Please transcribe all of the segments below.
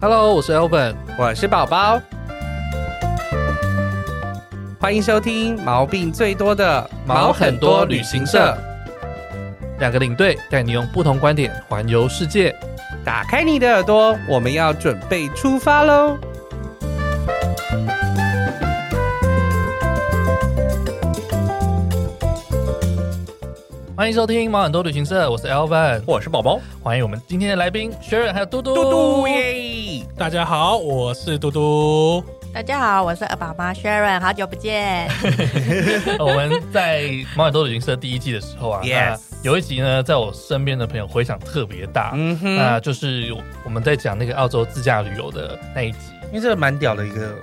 Hello，我是 Elvin，我是宝宝，欢迎收听毛病最多的毛很多旅行社，两个领队带你用不同观点环游世界。打开你的耳朵，我们要准备出发喽！欢迎收听毛很多旅行社，我是 Elvin，我是宝宝，欢迎我们今天的来宾 Sharon 还有嘟嘟。嘟嘟耶，大家好，我是嘟嘟。大家好，我是二宝妈 Sharon，好久不见。呃我们在毛很多旅行社第一季的时候啊 Yes 那有一集呢，在我身边的朋友回响特别大，嗯哼，那就是我们在讲那个澳洲自驾旅游的那一集。因为这个蛮屌的一个，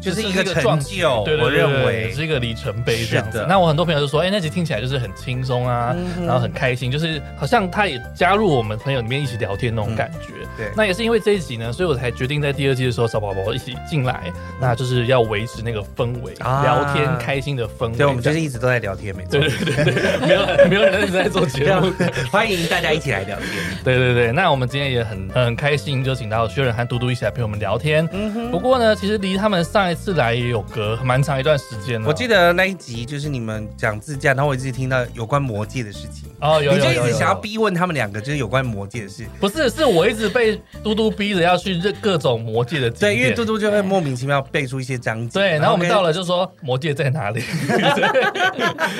就是一个撞成击就，对对哦我对对认也为是一个里程碑这样是子的。那我很多朋友就说，哎、那集听起来就是很轻松啊，嗯哼然后很开心，就是好像他也加入我们朋友里面一起聊天那种感觉。嗯对那也是因为这一集呢，所以我才决定在第二季的时候找宝宝一起进来，那就是要维持那个氛围，啊聊天开心的氛围。对，我们就是一直都在聊天，没错 对。对对对， 没有没有人在做节啊目。欢迎大家一起来聊天。对对对，那我们今天也很很开心，就请到薛仁和嘟嘟一起来陪我们聊天。嗯哼，不过呢，其实离他们上一次来也有隔蛮长一段时间了。我记得那一集就是你们讲自驾，然后我一直听到有关魔界的事情，哦，有你就有一有直有想要有逼问他们两个，就是有关魔界的事。不是，是我一直被嘟嘟逼着要去认各种魔界的景对，因点。为嘟嘟就会莫名其妙背出一些章节。对，然后我们跟到，了就说魔界在哪里，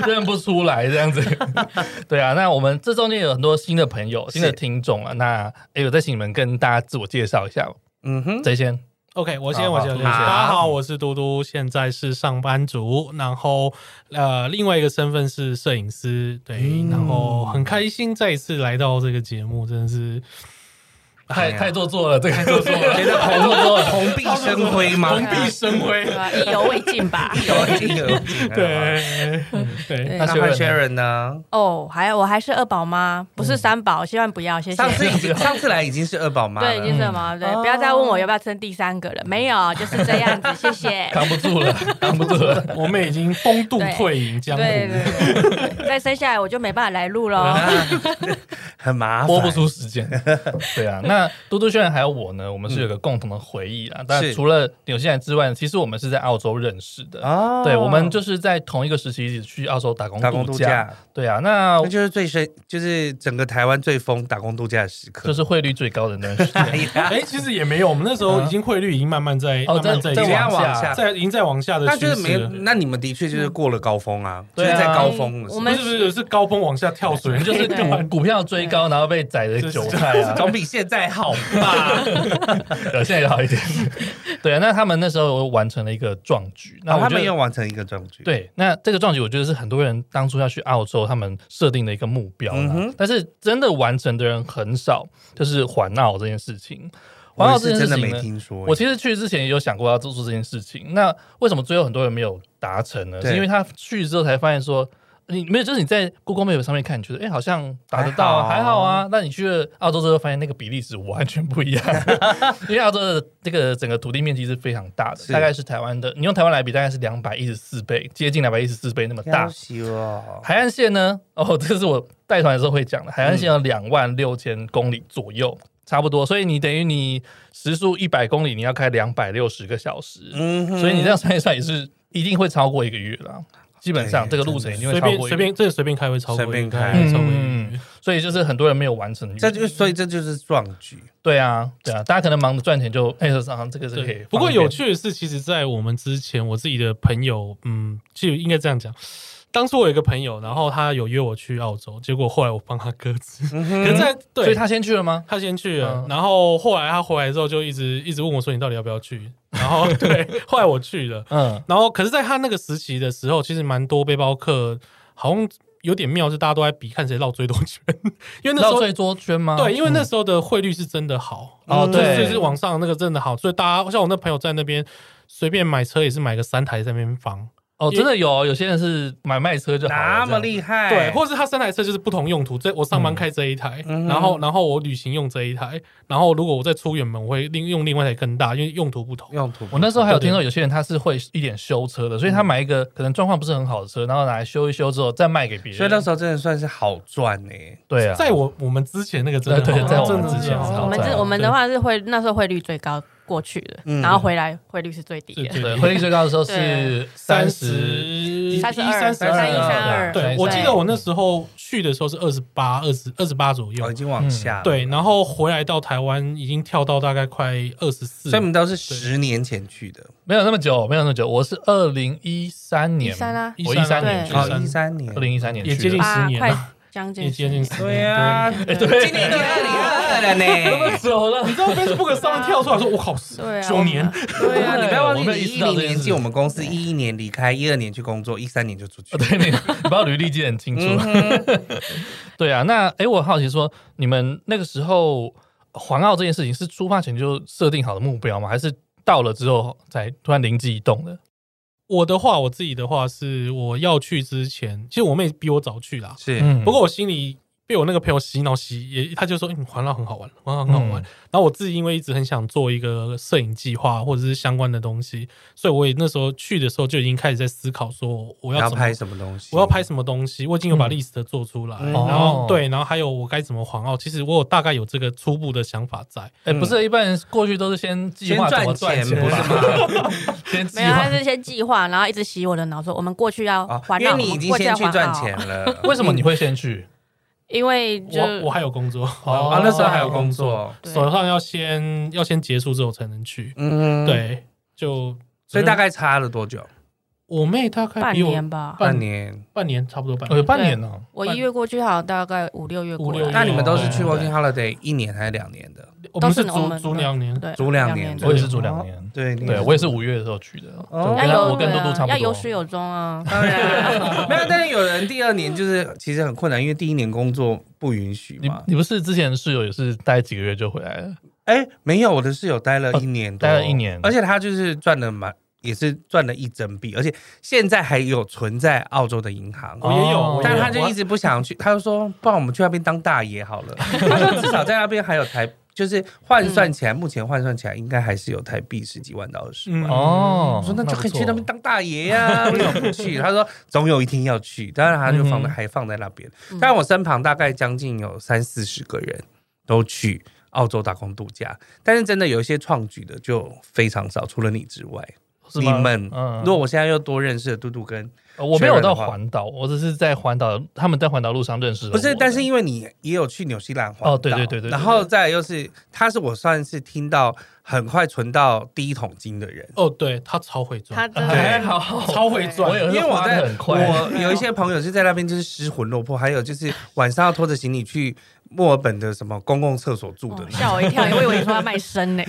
认不出来这样子。对啊，那我们这中间有很多新的朋友、新的是听众啊。那哎，我再请你们跟大家自我介绍一下吧。嗯哼，谁先？ OK，我好先，我先，好我先。大好家好，我是嘟嘟，现在是上班族，然后呃，另外一个身份是摄影师，对，嗯然后很开心再一次来到这个节目，真的是太哎呀太做作了，这个太做作 了，觉得太做作了。蓬荜生辉吗？蓬荜生辉，对吧意犹未尽吧？有这个景啊。对对，那那换 Sharon Sharon 呢？ 哦，还我还是二宝妈，不是三宝，希望不要，谢谢。上次已经上次来已经是二宝妈对，已经了，是什么？对，不要再问我要不要生第三个了，没有，就是这样子，谢谢。 扛不住了，扛不住了。我们已经风度退隐江湖，对对对对，再生下来我就没办法来录喽。 很麻烦，播不出 时间。对啊，那嘟嘟炫还有我呢，我们是有个共同的回忆啊。但嗯是除了纽西兰之外，其实我们是在澳洲认识的。哦对，我们就是在同一个时期一起去澳洲打工打工度假。假，对啊，那那就是最深，就是整个台湾最疯打工度假的时就刻。是汇率最高的那段时间。 哎呀，哎，其实也没有，我们那时候已经汇率已经慢慢在哦，慢慢再在再往往下在已经在往下的那趋就是没势了，，那你们的确就是过了高峰啊，就是对啊在高峰的时候，不我们是不是是高峰往下跳水，就就是是股股票追高，然后被宰的韭菜啊，总比现在好吧？对现在好一点。对啊，那他们那时候完成了一个壮举， 那然我哦后他觉们得又完成一个壮举，，对，那这个壮举，我觉得是很多人当初要去澳洲他们设定的一个目标啦、嗯哼但是真的完成的人很少，就是环澳这件事情。环我澳这是件事真的情没呢，听说。我其实去之前也有想过要做出这件事情。那为什么最后很多人没有达成呢？对是因为他去之后才发现说。你没有，就是你在 Google Map 上面看，你觉得哎、诶好像达得到啊，还好还好啊。那你去了澳洲之后，发现那个比例值完全不一样，因为澳洲的 这个整个土地面积是非常大的，是大概是台湾的，你用台湾来比，大概是两百一十四倍，接近两百一十四倍那么大要。死哦，海岸线呢？哦，这是我带团的时候会讲的，海岸线嗯有两万六千公里左右，差不多。所以你等于你时速一百公里，你要开两百六十个小时，嗯哼所以你这样算一算也是嗯一定会超过一个月啦。基本上对这个路程一定会随超便过一随个月，便这个随便开会超过一个，随便开对超过一个嗯所以就是很多人没有完成的原因。这就所以这就是壮举，对啊，对啊，大家可能忙着赚钱就哎，上、这个是可以对放，不过一边有趣的是，其实，在我们之前，我自己的朋友，嗯，就应该这样讲。当初我有一个朋友，然后他有约我去澳洲，结果后来我帮他搁置。可是在对，嗯所以他先去了吗？他先去了，嗯然后后来他回来之后就一直一直问我说：“你到底要不要去？”然后 对，后来我去了，嗯，然后可是在他那个时期的时候，其实蛮多背包客好像有点妙，是大家都在比看谁绕最多圈，因为那时绕候最多圈吗？对，因为那嗯时候的汇率是真的好，哦就是对就是网上那个真的好，所以大家像我那朋友在那边随便买车也是买个三台在那边放，哦，真的有哦有些人是买卖车就好了那么这样厉害，对，或是他三台车就是不同用途，这我上班哎嗯开这一台，嗯哼然后然后我旅行用这一台，然后如果我再出远门，我会另用另外一台更大，因为用途不同。用途不我那时候还有听到有些人他是会一点修车的，所以他买一个可能状况不是很好的车，然后拿来修一修之后再卖给别人。所以那时候真的算是好赚呢、对啊，在我我们之前那个真的对对好在我真们的之前好是好我们在这啊我们对的话是汇那时候汇率最高过去的，嗯然后回来汇率是最低是的，对汇率最高的时候是三三十，十三十二、嗯三三一、 32三二。对，我记得我那时候去的时候是二十八、二十二十八左右哦，已，经往下了对，，然后回来到台湾已经跳到大概快二十四所以，我们都是十年前去的，没有那么久，没有那么久，我是二零一三年， 13啊我一三13年啊去哦，的，一三年二，零一三年去也的接近十八年快了，将也近接近十年。十年，对啊呀、对今年都二零二了呢。走了你。知道 Facebook 上面跳出来说，我靠，对啊九年，对呀、你不要忘记，我没有你意识一到零这件年事进我们公司，一一年离开，一二年去工作，一三年就出去。 哦对你，你把履历记得很清嗯楚。哼， 对啊，那哎，诶我好奇说，你们那个时候环澳这件事情是出发前就设定好的目标吗？还是到了之后才突然灵机一动的？我的话，我自己的话是我要去之前，其实我妹比我早去啦。是，嗯不过我心里被我那个朋友洗脑洗，也他就说，嗯，环绕很好玩，环绕很好玩。嗯然后我自己因为一直很想做一个摄影计划或者是相关的东西，所以我也那时候去的时候就已经开始在思考说，我要要怎么拍什么东西？我要拍什么东西，我已经有把嗯 list 做出来，嗯然后、哦对，然后还有我该怎么环澳，其实我有大概有这个初步的想法在。哎、不是，一般人过去都是先计划先赚怎么赚钱钱吧？先计没有，啊他划。是先计划，然后一直洗我的脑，说我们过去要 哦环因绕，为你已我们经过先要去环赚澳钱。 了。为什么你会先去？因为嗯就我我还有工作，哦啊，那时候还有工作，对手上要先要先结束之后才能去。嗯，，对，就所以大概差了多久？我妹大概半比我年吧，半半年。半年差不多半哦，有年。半年呢、我一月过去好像大概五六月五过六来月那你们都是去对 working holiday 一年还是两年的？我们是都是我足们足两年，对，足两年哦的我也是住两年。对，你对我也是五月的时候去的，哦就要跟有啊我跟嘟嘟差不多。要有始有终啊。当然 没有，但是有人第二年就是其实很困难，因为第一年工作不允许你嘛。你不是之前室友也是待几个月就回来了？哎，没有，我的室友待了一年多，哦待了一年而且他就是赚了蛮，也是赚了一整笔，而且现在还有存在澳洲的银行。我也有哦我也有但他就一直不想去，他就说：“不然我们去那边当大爷好 了。”他说：“至少在那边还有台，就是换算嗯起来，目前换算起来应该还是有台币十几万到二十万。嗯哦，我说那就可以去那边不错。当大爷 呀、为什么不去？他说总有一天要去，当然他就放在、嗯还放在那边嗯。但我身旁大概将近有三四十个人都去澳洲打工度假，但是真的有一些创举的就非常少，除了你之外，是你吗们。嗯如果我现在又多认识了嘟嘟跟，呃我没有到确认的话环岛，我只是在环岛，他们在环岛路上认识了我不的。是，但是因为你也有去纽西兰环岛哦对对对对对然后再来又是他是我算是听到很快存到第一桶金的人，哦，对，他超会 他赚，真还的好，超会赚我也 因为是我花在得很快。我有一些朋友是在那边就是失魂落魄，还有就是晚上要拖着行李去墨尔本的什么公共厕所住的哦，吓我一 跳，我以为你说要卖身呢。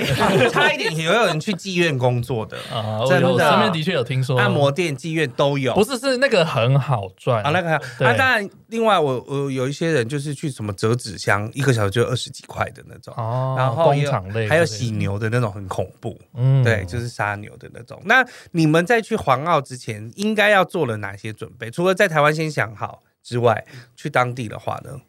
差一点也有人去妓院工作的，啊，我真的有我身边的确有听说按摩店、妓院都有。哦不是是那个很好赚啊，那个还有对啊，当然，另外我我有一些人就是去什么折纸箱，一个小时就二十几块的那种，哦，然后工也有厂类还有之类的洗，牛的那种很恐怖，嗯对，就是杀牛的那种。那你们在去环澳之前，应该要做了哪些准备？除了在台湾先想好之外，去当地的话呢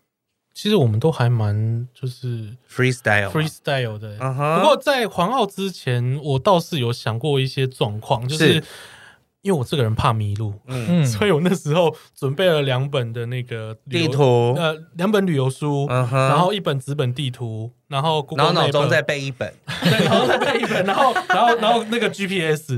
其实我们都还蛮就是啊，freestyle 吗 freestyle 的，嗯哼不过在环澳之前，我倒是有想过一些状况，就是是因为我这个人怕迷路，嗯，嗯所以我那时候准备了两本的那个旅地，游图，呃，两本旅游书，嗯哼，然后一本纸本地图，然后 Google 然后脑中 Map 再背一本，对，然后再背一本，然后然后然后那个 GPS，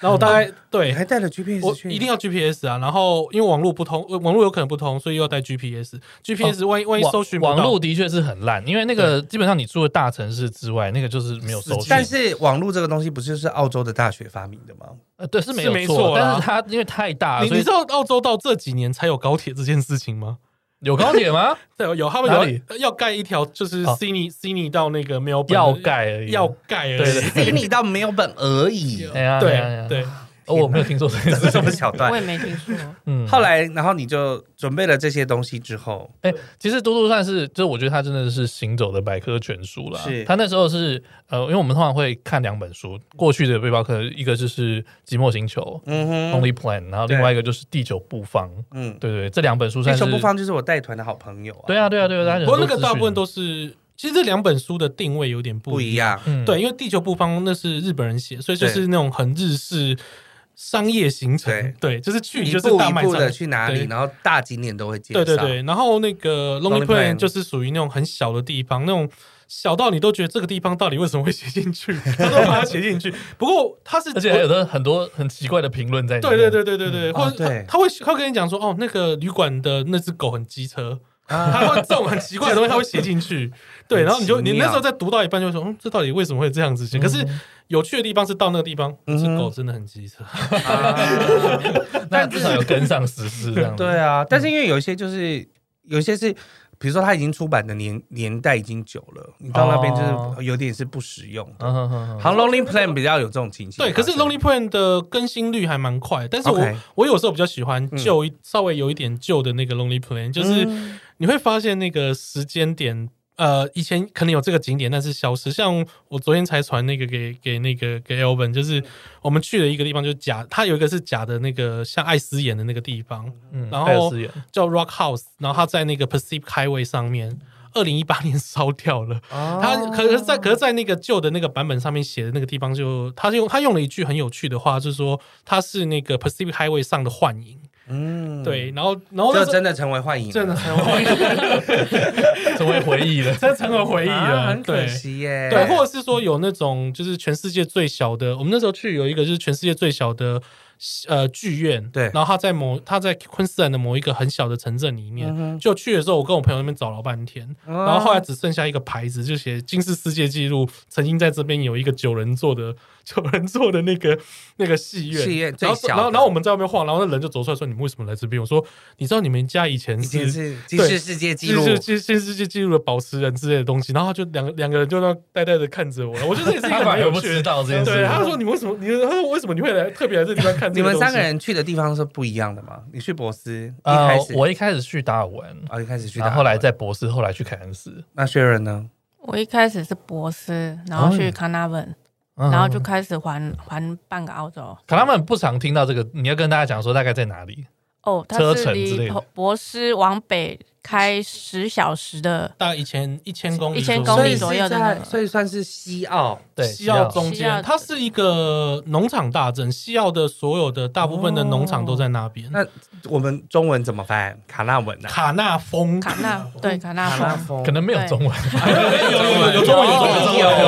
然后我大概、你对还带了 GPS 我去，一定要 GPS 啊，然后因为网络不通，呃网络有可能不通，所以又要带 GPS。GPS 万一、万一网搜寻不到网络的确是很烂，因为那个基本上你住的大城市之外，那个就是没有搜寻。但是网络这个东西不是是澳洲的大学发明的吗？呃对是没是没有错错，啦但是它因为太大，你啊所你以知道澳洲到这几年才有高铁这件事情吗？ 有高铁吗？对，有他们哪有里呃要盖一条，就是哦 Sydney Sydney 到那个 Melbourne 的要盖而已， 要盖而已，对对比你到没有本而已。哎呀，哎呀哎对呀对，哦，我没有听说这 件 这是什事情。么桥段 我？也没听说。嗯，后来，然后你就准备了这些东西之后，哎、其实嘟嘟算是，就是我觉得他真的是行走的百科全书了。是他那时候是呃，因为我们通常会看两本书，过去的背包客一个就是《寂寞星球》嗯哼， （Lonely Planet），然后对另外一个就是《地球布方》。嗯，对对，这两本书这算是熊不方就是我带团的好朋友啊，对啊对啊对啊，他有很不多过那个资大部分讯都是，其实这两本书的定位有点不不一样。样，嗯对，因为《地球不方》那是日本人写，所以就是对那种很日式商业行程。对，就是去一就是步大一卖步场的。去哪里，对然后大景点都会介绍，对对对，然后那个 Lonely Lonely Planet Planet 就是属于那种很小的地方，那种小到你都觉得这个地方到底为什么会写 进去，他都把它写进去。不过他是 而且还有的很多很奇怪的评论在里面。对对对对对对，或哦者对他他会他会跟你讲说，哦，那个旅馆的那只狗很机车，啊 他会这种很奇怪的东西他会写进去，对，然后你就很奇你妙那时候在读到一半就会说，嗯，这到底为什么会这样子写？可是有趣的地方是到那个地方，这嗯哼只狗真的很机车，啊那至少有跟上时事这样 子。对啊，但是因为有一些就是有一些是。比如说，它已经出版的年年代已经久了，你到那边哦就是有点是不实用的。嗯哼哼哼好像 Lonely Plan 比较有这种情形发对，生。可是 Lonely Planet 的更新率还蛮快，但是我啊 OK 我有时候比较喜欢嗯旧一稍微有一点旧的那个 Lonely Planet，就是嗯你会发现那个时间点。呃，以前可能有这个景点，但是消失。像我昨天才传那个给给那个给 Elvin，就是嗯我们去了一个地方，就是假，它有一个是假的那个像艾斯演的那个地方，嗯然后贝尔斯眼叫 Rock House，然后它在那个 Pacific Highway 上面，二零一八年烧掉了。他可是在可是在那个旧的那个版本上面写的那个地方就，他是用他用了一句很有趣的话，就是说他是那个 Pacific Highway 上的幻影。嗯，对，然后然后就那时候真的成为幻影，真的成为幻影， 成为回忆了。真的成为回忆啊了，很可对。惜耶。对，或者是说有那种就是全世界最小的，我们那时候去有一个就是全世界最小的呃剧院，对然后他在某他在昆士兰的某一个很小的城镇里面，就去的时候我跟我朋友那边找了半天，哦然后后来只剩下一个牌子，就写金氏世界纪录，曾经在这边有一个九人座的九人座的那个那个戏院，戏院最然后小的然后然后我们在外面晃，然后那人就走出来说你们为什么来这边？我说你知道你们家以前已经是。是吉世世界纪录，是是新世界纪录的保持人之类的东西，然后他就两个两个人就那呆呆的看着我，我觉得这也是一他反个蛮而有不趣知的。道这件事。对，他说你为什么你他说为什么你会来特别来这地方看你这个们东西三个人去的地方是不一样的吗？你去博斯一呃开始，，我一开始去达尔文，哦一开始去，然后后来在博士，后来去凯恩斯，那薛仁呢？我一开始是博斯，然后去康纳文，哦嗯然后就开始环环半个澳洲。可他们不常听到这个，你要跟大家讲说大概在哪里。哦，它车是程之类离的博博斯往北开十小时的，大概一千一千公里一左右，千公里左右的那在，个所以算是西澳对，西澳中西澳间，它是一个农场大镇，西澳的所有的大部分的农场都在那边。那我们中文怎么翻？卡纳文啊，卡纳峰，卡纳对卡纳峰，峰可能没有中文。 有有有中文有中文有有中有文，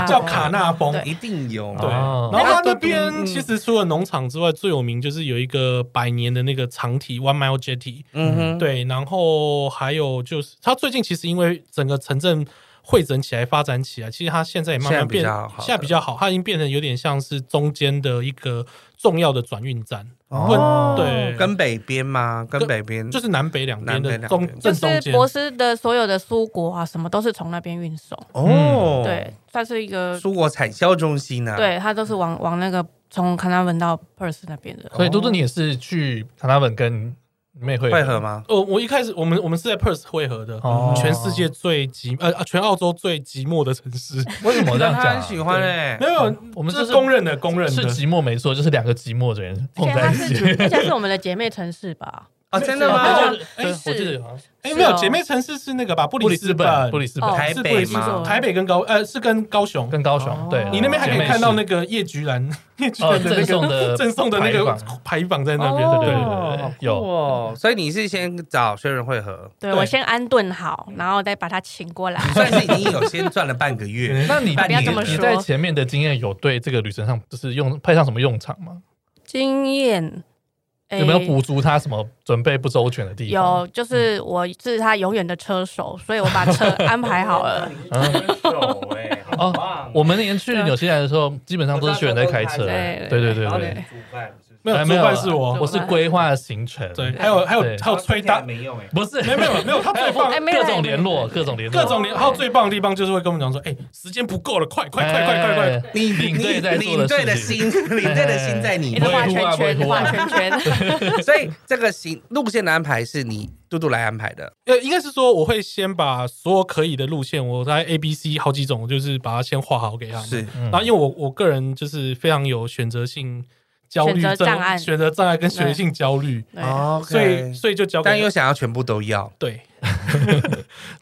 有叫卡纳峰。啊对一定有对，哦然后它那边其实除了农场之外，最有名就是有一个百年的那个长体 One Mile Jetty，嗯哼，对，然后还有就是，它最近其实因为整个城镇汇整起来、发展起来，其实它现在也慢现在慢比变，较好了现在比较好，它已经变成有点像是中间的一个重要的转运站，哦对跟北边吗？跟跟北边就是南北两边南北的两中边就正中是间。博斯的所有的蔬果啊，什么都是从那边运送，嗯哦，对，，算是一个，蔬果产销中心啊呢，，对，它都是往往那个从康纳文到 Perth 那边的。所以嘟嘟，你也是去卡纳文跟妹会会合吗？呃，我一开始我们我们是在 Perth 汇合的，哦全世界最寂呃啊全澳洲最寂寞的城市，为什么这样他讲很啊？喜欢哎没，有，我们这这是是公认的，公认是的。寂寞没错，就是两个寂寞的人而碰且在它一起。是，而且是我们的姐妹城市吧？ 哦，真的没有吗？就是对，我记得好像哎，是没有哦姐妹城市是那个吧？布布里里斯斯本本，布里斯哦本台北是不吗是？台北跟高呃是跟高雄跟高雄，对哦啊你那边还可以看到那个叶菊兰，叶菊哦兰的那赠送个的 赠送的那个牌坊牌坊在那边，哦对对对。对对对有。有，哦所以你是先找薛仁会合，对对我先安顿好，然后再把它请过来。算是已经有先赚了半个月 那你半不要你这么你说在前面的经验有对这个旅程上就是用派上什么用场吗？经验、诶有没有补足他什么准备不周全的地方？哎有，就是我是他永远的车手，所以我把车安排 好了。哎，好棒！啊哦我们连去纽西兰的时候，基本上都是学员在开车。哎对啊哎对对对然后对哎你，煮饭是没有，主办是我啊我，是规划行程，哎对，还有还有对还有催单，没用哎，不是没有没有没有，他最棒哦哎，哦没有各种联络，各种联络，各种连，还有最棒的地方就是会跟我们讲说，哎，时间不够了，快快快哎快快快，快，你领队在做领队的事情心，领队的心在你你不都会画哭啊圈圈，不会哭啊画圈圈，所以这个行路线的安排是你嘟嘟来安排的。哎呃，应该是说我会先把所有可以的路线，我在 A、B、C 好几种，就是把它先画好给他们。是嗯然后因为我我个人就是非常有选择性焦虑选择障碍选择障碍跟选择性焦虑，对哦，所以所以就交给但又想要全部都要， 对，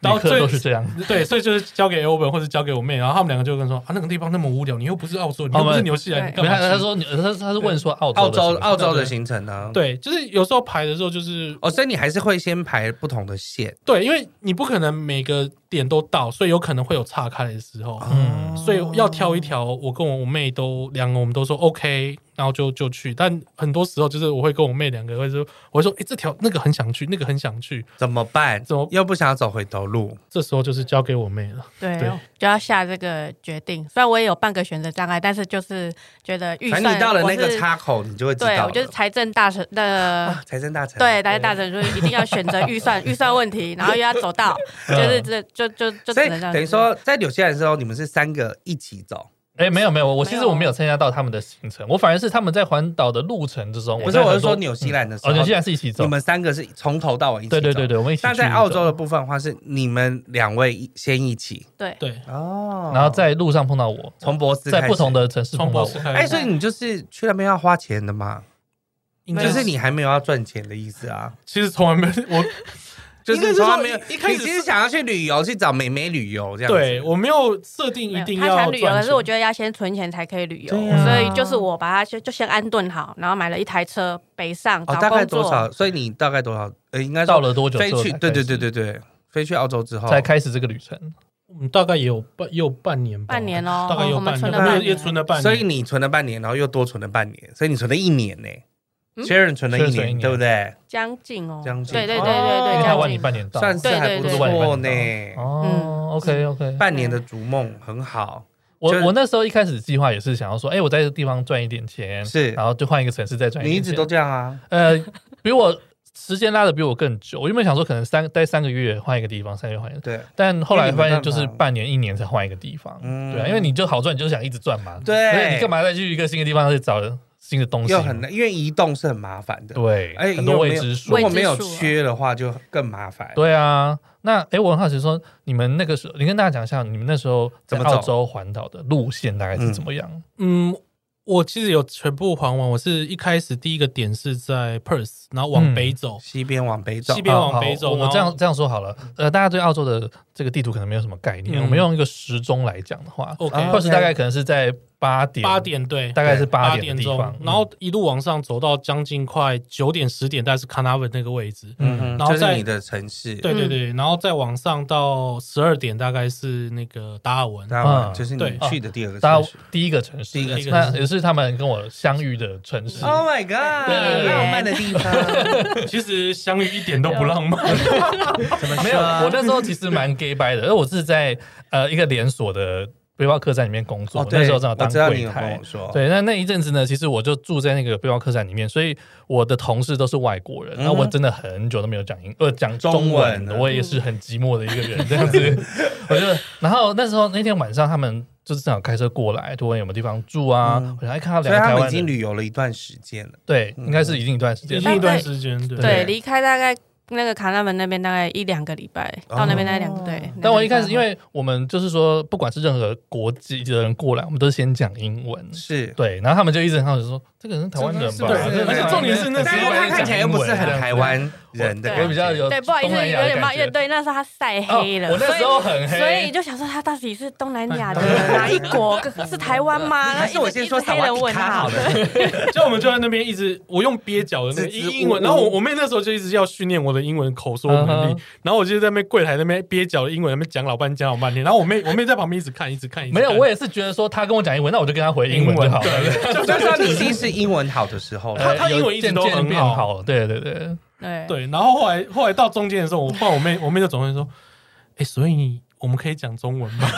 然后旅客最都是这样。对，所以就是交给 Owen 或者交给我妹，然后他们两个就跟我说啊，那个地方那么无聊，你又不是澳洲，你又不是纽西兰，你哦没干有，嘛去？他说你他他是问说澳洲澳的行洲程澳洲的行程呢？，对，就是有时候排的时候就是哦，所以你还是会先排不同的线，对，因为你不可能每个点都到，所以有可能会有岔开的时候，嗯所以要挑一条。我跟我妹都两个我们都说 OK，然后就就去。但很多时候就是我会跟我妹两个会说，我会说哎、诶这条那个很想去，那个很想去，怎么办？怎么又不想走回头路？这时候就是交给我妹了。对对，就要下这个决定。虽然我也有半个选择障碍，但是就是觉得预反算，正你到了那我个是，岔口，你就会知对道我就是了。财政大臣的啊，财政大臣，对，大家大神说一定要选择预 算，预算问题，然后又要走到，就是这就就就所只以能这样。等于说，在纽西兰的时候，你们是三个一起走，哎，没有没有，我其没实有我没有参加到他们的行程，我反而是他们在环岛的路程之中，不是？在我是很多说纽西兰的时候，哦，纽西兰是一起走你，们三个是从头到尾一起走。对对对对，我们一起那去在澳洲的，的部分的话，是你们两位一先一起对，对，哦然后在路上碰到我，从博斯在开不始同的城市碰从到博我士，开哎，始，所以你就是去那边要花钱的嘛，应该就是你还没有要赚钱的意思啊，其实从来没 我就是你从来没有应该你是说一一开始其实想要去旅游去找美美旅游这样子，哦对我没有设定一定他要想旅游，可赚是我钱。觉得要先存钱才可以旅游，对啊所以就是我把它就就先安顿好，然后买了一台车北上哦，找大概工多作，少？所以你大概多少？呃，应该到说了多久飞之后去，才对开对始对对对，飞去澳洲之后才开始这个旅程。嗯，哦大概也有半也有半年吧，半年哦大概有我们半存年，了半我年也存了半年，所以你存了半年，然后又多存了半年，所以你存了一年呢、嗯 Sharon 存了 Sharon 一存一年，年对不对？将近哦，将近对对对哦对因对，为他晚将你近。半年到，算是还不错呢、对哦嗯，OK OK，半年的逐梦很好，我就是我那时候一开始计划也是想要说，哎，我在这个地方赚一点钱，是然后就换一个城市再赚一你一点直钱。都这样啊？呃，比我时间拉的比我更久。我原本想说可能三待三个月换一个地方，三个月换一个，对但后来发现就是因为你没办法半年一年才换一个地方。嗯对啊，因为你就好赚，你就想一直赚嘛。对所以你干嘛再去一个新的地方去找新的东西？又很难，因为移动是很麻烦的。对，哎，很多因为没未有知数如。果没有未知数啊缺的话，就更麻烦。对啊，那哎，我很好奇说，你们那个时候，你跟大家讲一下，你们那时候怎在么走澳洲环岛的路线大概是怎么样？嗯，我其实有全部还完。我是一开始第一个点是在 Perth，然后嗯往北走，西边往北走，西边往啊好北走我我然后这样这样说好了，呃，大家对澳洲的这个地图可能没有什么概念。嗯我们用一个时钟来讲的话 OK 或是大概可能是在八点，八、点对，大概是八八点的地钟方，，嗯然后一路往上走到将近快九点十点，大概是 Carnarvon 那个位置。嗯哼，然后就是再你的城市，对嗯对对，然后再往上到十二点，大概是那个达尔文。当然嗯就是你对去的第二个大城家市。嗯第一个城市，第一个城市那也是他们跟我相遇的城市。 Oh my god！对浪漫的地 方，其实相遇一点都不浪 漫，怎么说没有，我那时候其实蛮 gay 掰的，因为我是在呃一个连锁的背包客栈里面工作，哦，对，那时候正好当我知道你柜有跟台我。说，对，那那一阵子呢，其实我就住在那个背包客栈里面，所以我的同事都是外国人，嗯哼那、我真的很久都没有讲英呃讲中中文文了，了我也是很寂寞的一个人这样 子。我就然后那时候那天晚上他们就是正好开车过来，就问有没有地方住啊，嗯我想哎看到所以两个他台们已湾经人，旅嗯游了一段时间了。对，应该是已经一段时已间经一了。段时间，对对，对离开大概那个卡纳门那边大概一两个礼拜，到那边大概两个对。哦但我一开始，两个礼拜因为我们就是说，不管是任何国籍的人过来，我们都是先讲英文，是，对，然后他们就一直很好奇说，这个人是台湾人吧？这个是对对而且重点是那时但是候他看起来又不是很台湾人的对感啊觉，我啊比较有对，不好意思，呃东南有亚的点冒，感觉对，那时候他晒黑了，哦我那时候哎很黑，所以就想说他到底是东南亚的哪一国？是台湾吗？哎还是我先说一直萨黑瓦人迪问卡好号。了，就我们就在那边一直，我用蹩脚的那个支支英英文，吾吾然后我我妹那时候就一直要训练我的英文口说能嗯力哼，然后我就在那边柜台那边蹩脚的英文那边讲老半讲老半天，然后 我妹我妹在旁边一直看一直看，一直没看有，我也是觉得说他跟我讲英文，那我就跟他回英文就好了。对，就我就知道你已经是英文好的时候他呃了。他英文一直都有渐渐很变好好了，对对对，对对，然后后来后来到中间的时候，我换我妹，我妹就总会说：“哎、所以我们可以讲中文吗？”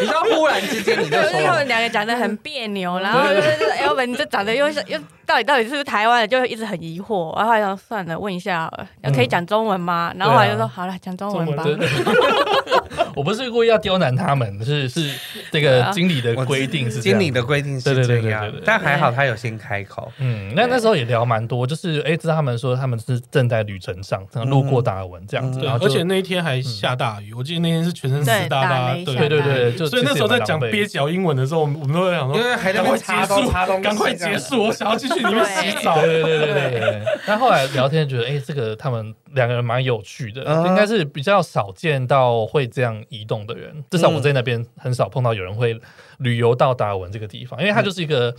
你知道忽然之间你就 就是说他们两个讲的很别扭，然后就是要不然你就长得又像又到底到底是不是台湾的，就一直很疑惑。然后后来想算了，问一下好了，可以讲中文吗？然后后来就对说啊好了，讲中中文吧。文的。 我不是故意要刁难他们，是是这个啊经理的规定是这经样理的规定是对对这对对样对对，但还好他有先开口。嗯，那那时候也聊蛮多，就是哎，知道他们说他们是正在旅程上，可能路过达尔文这样子，嗯对，然后而就嗯且那一天还下大雨，我记得那天是全身对湿哒打哒雷，对对对，就所以那时候在讲蹩憋，脚英文的时候，我们我们都在想因为说，还在那边赶快结插东束插东，西赶快结束，我想要进去里面洗澡。对对对对对。但后来聊天觉得，哎，这个他们两个人蛮有趣的，嗯应该是比较少见到会这样移动的人，至少我在那边很少碰到有人会旅游到达尔文这个地方，因为它就是一个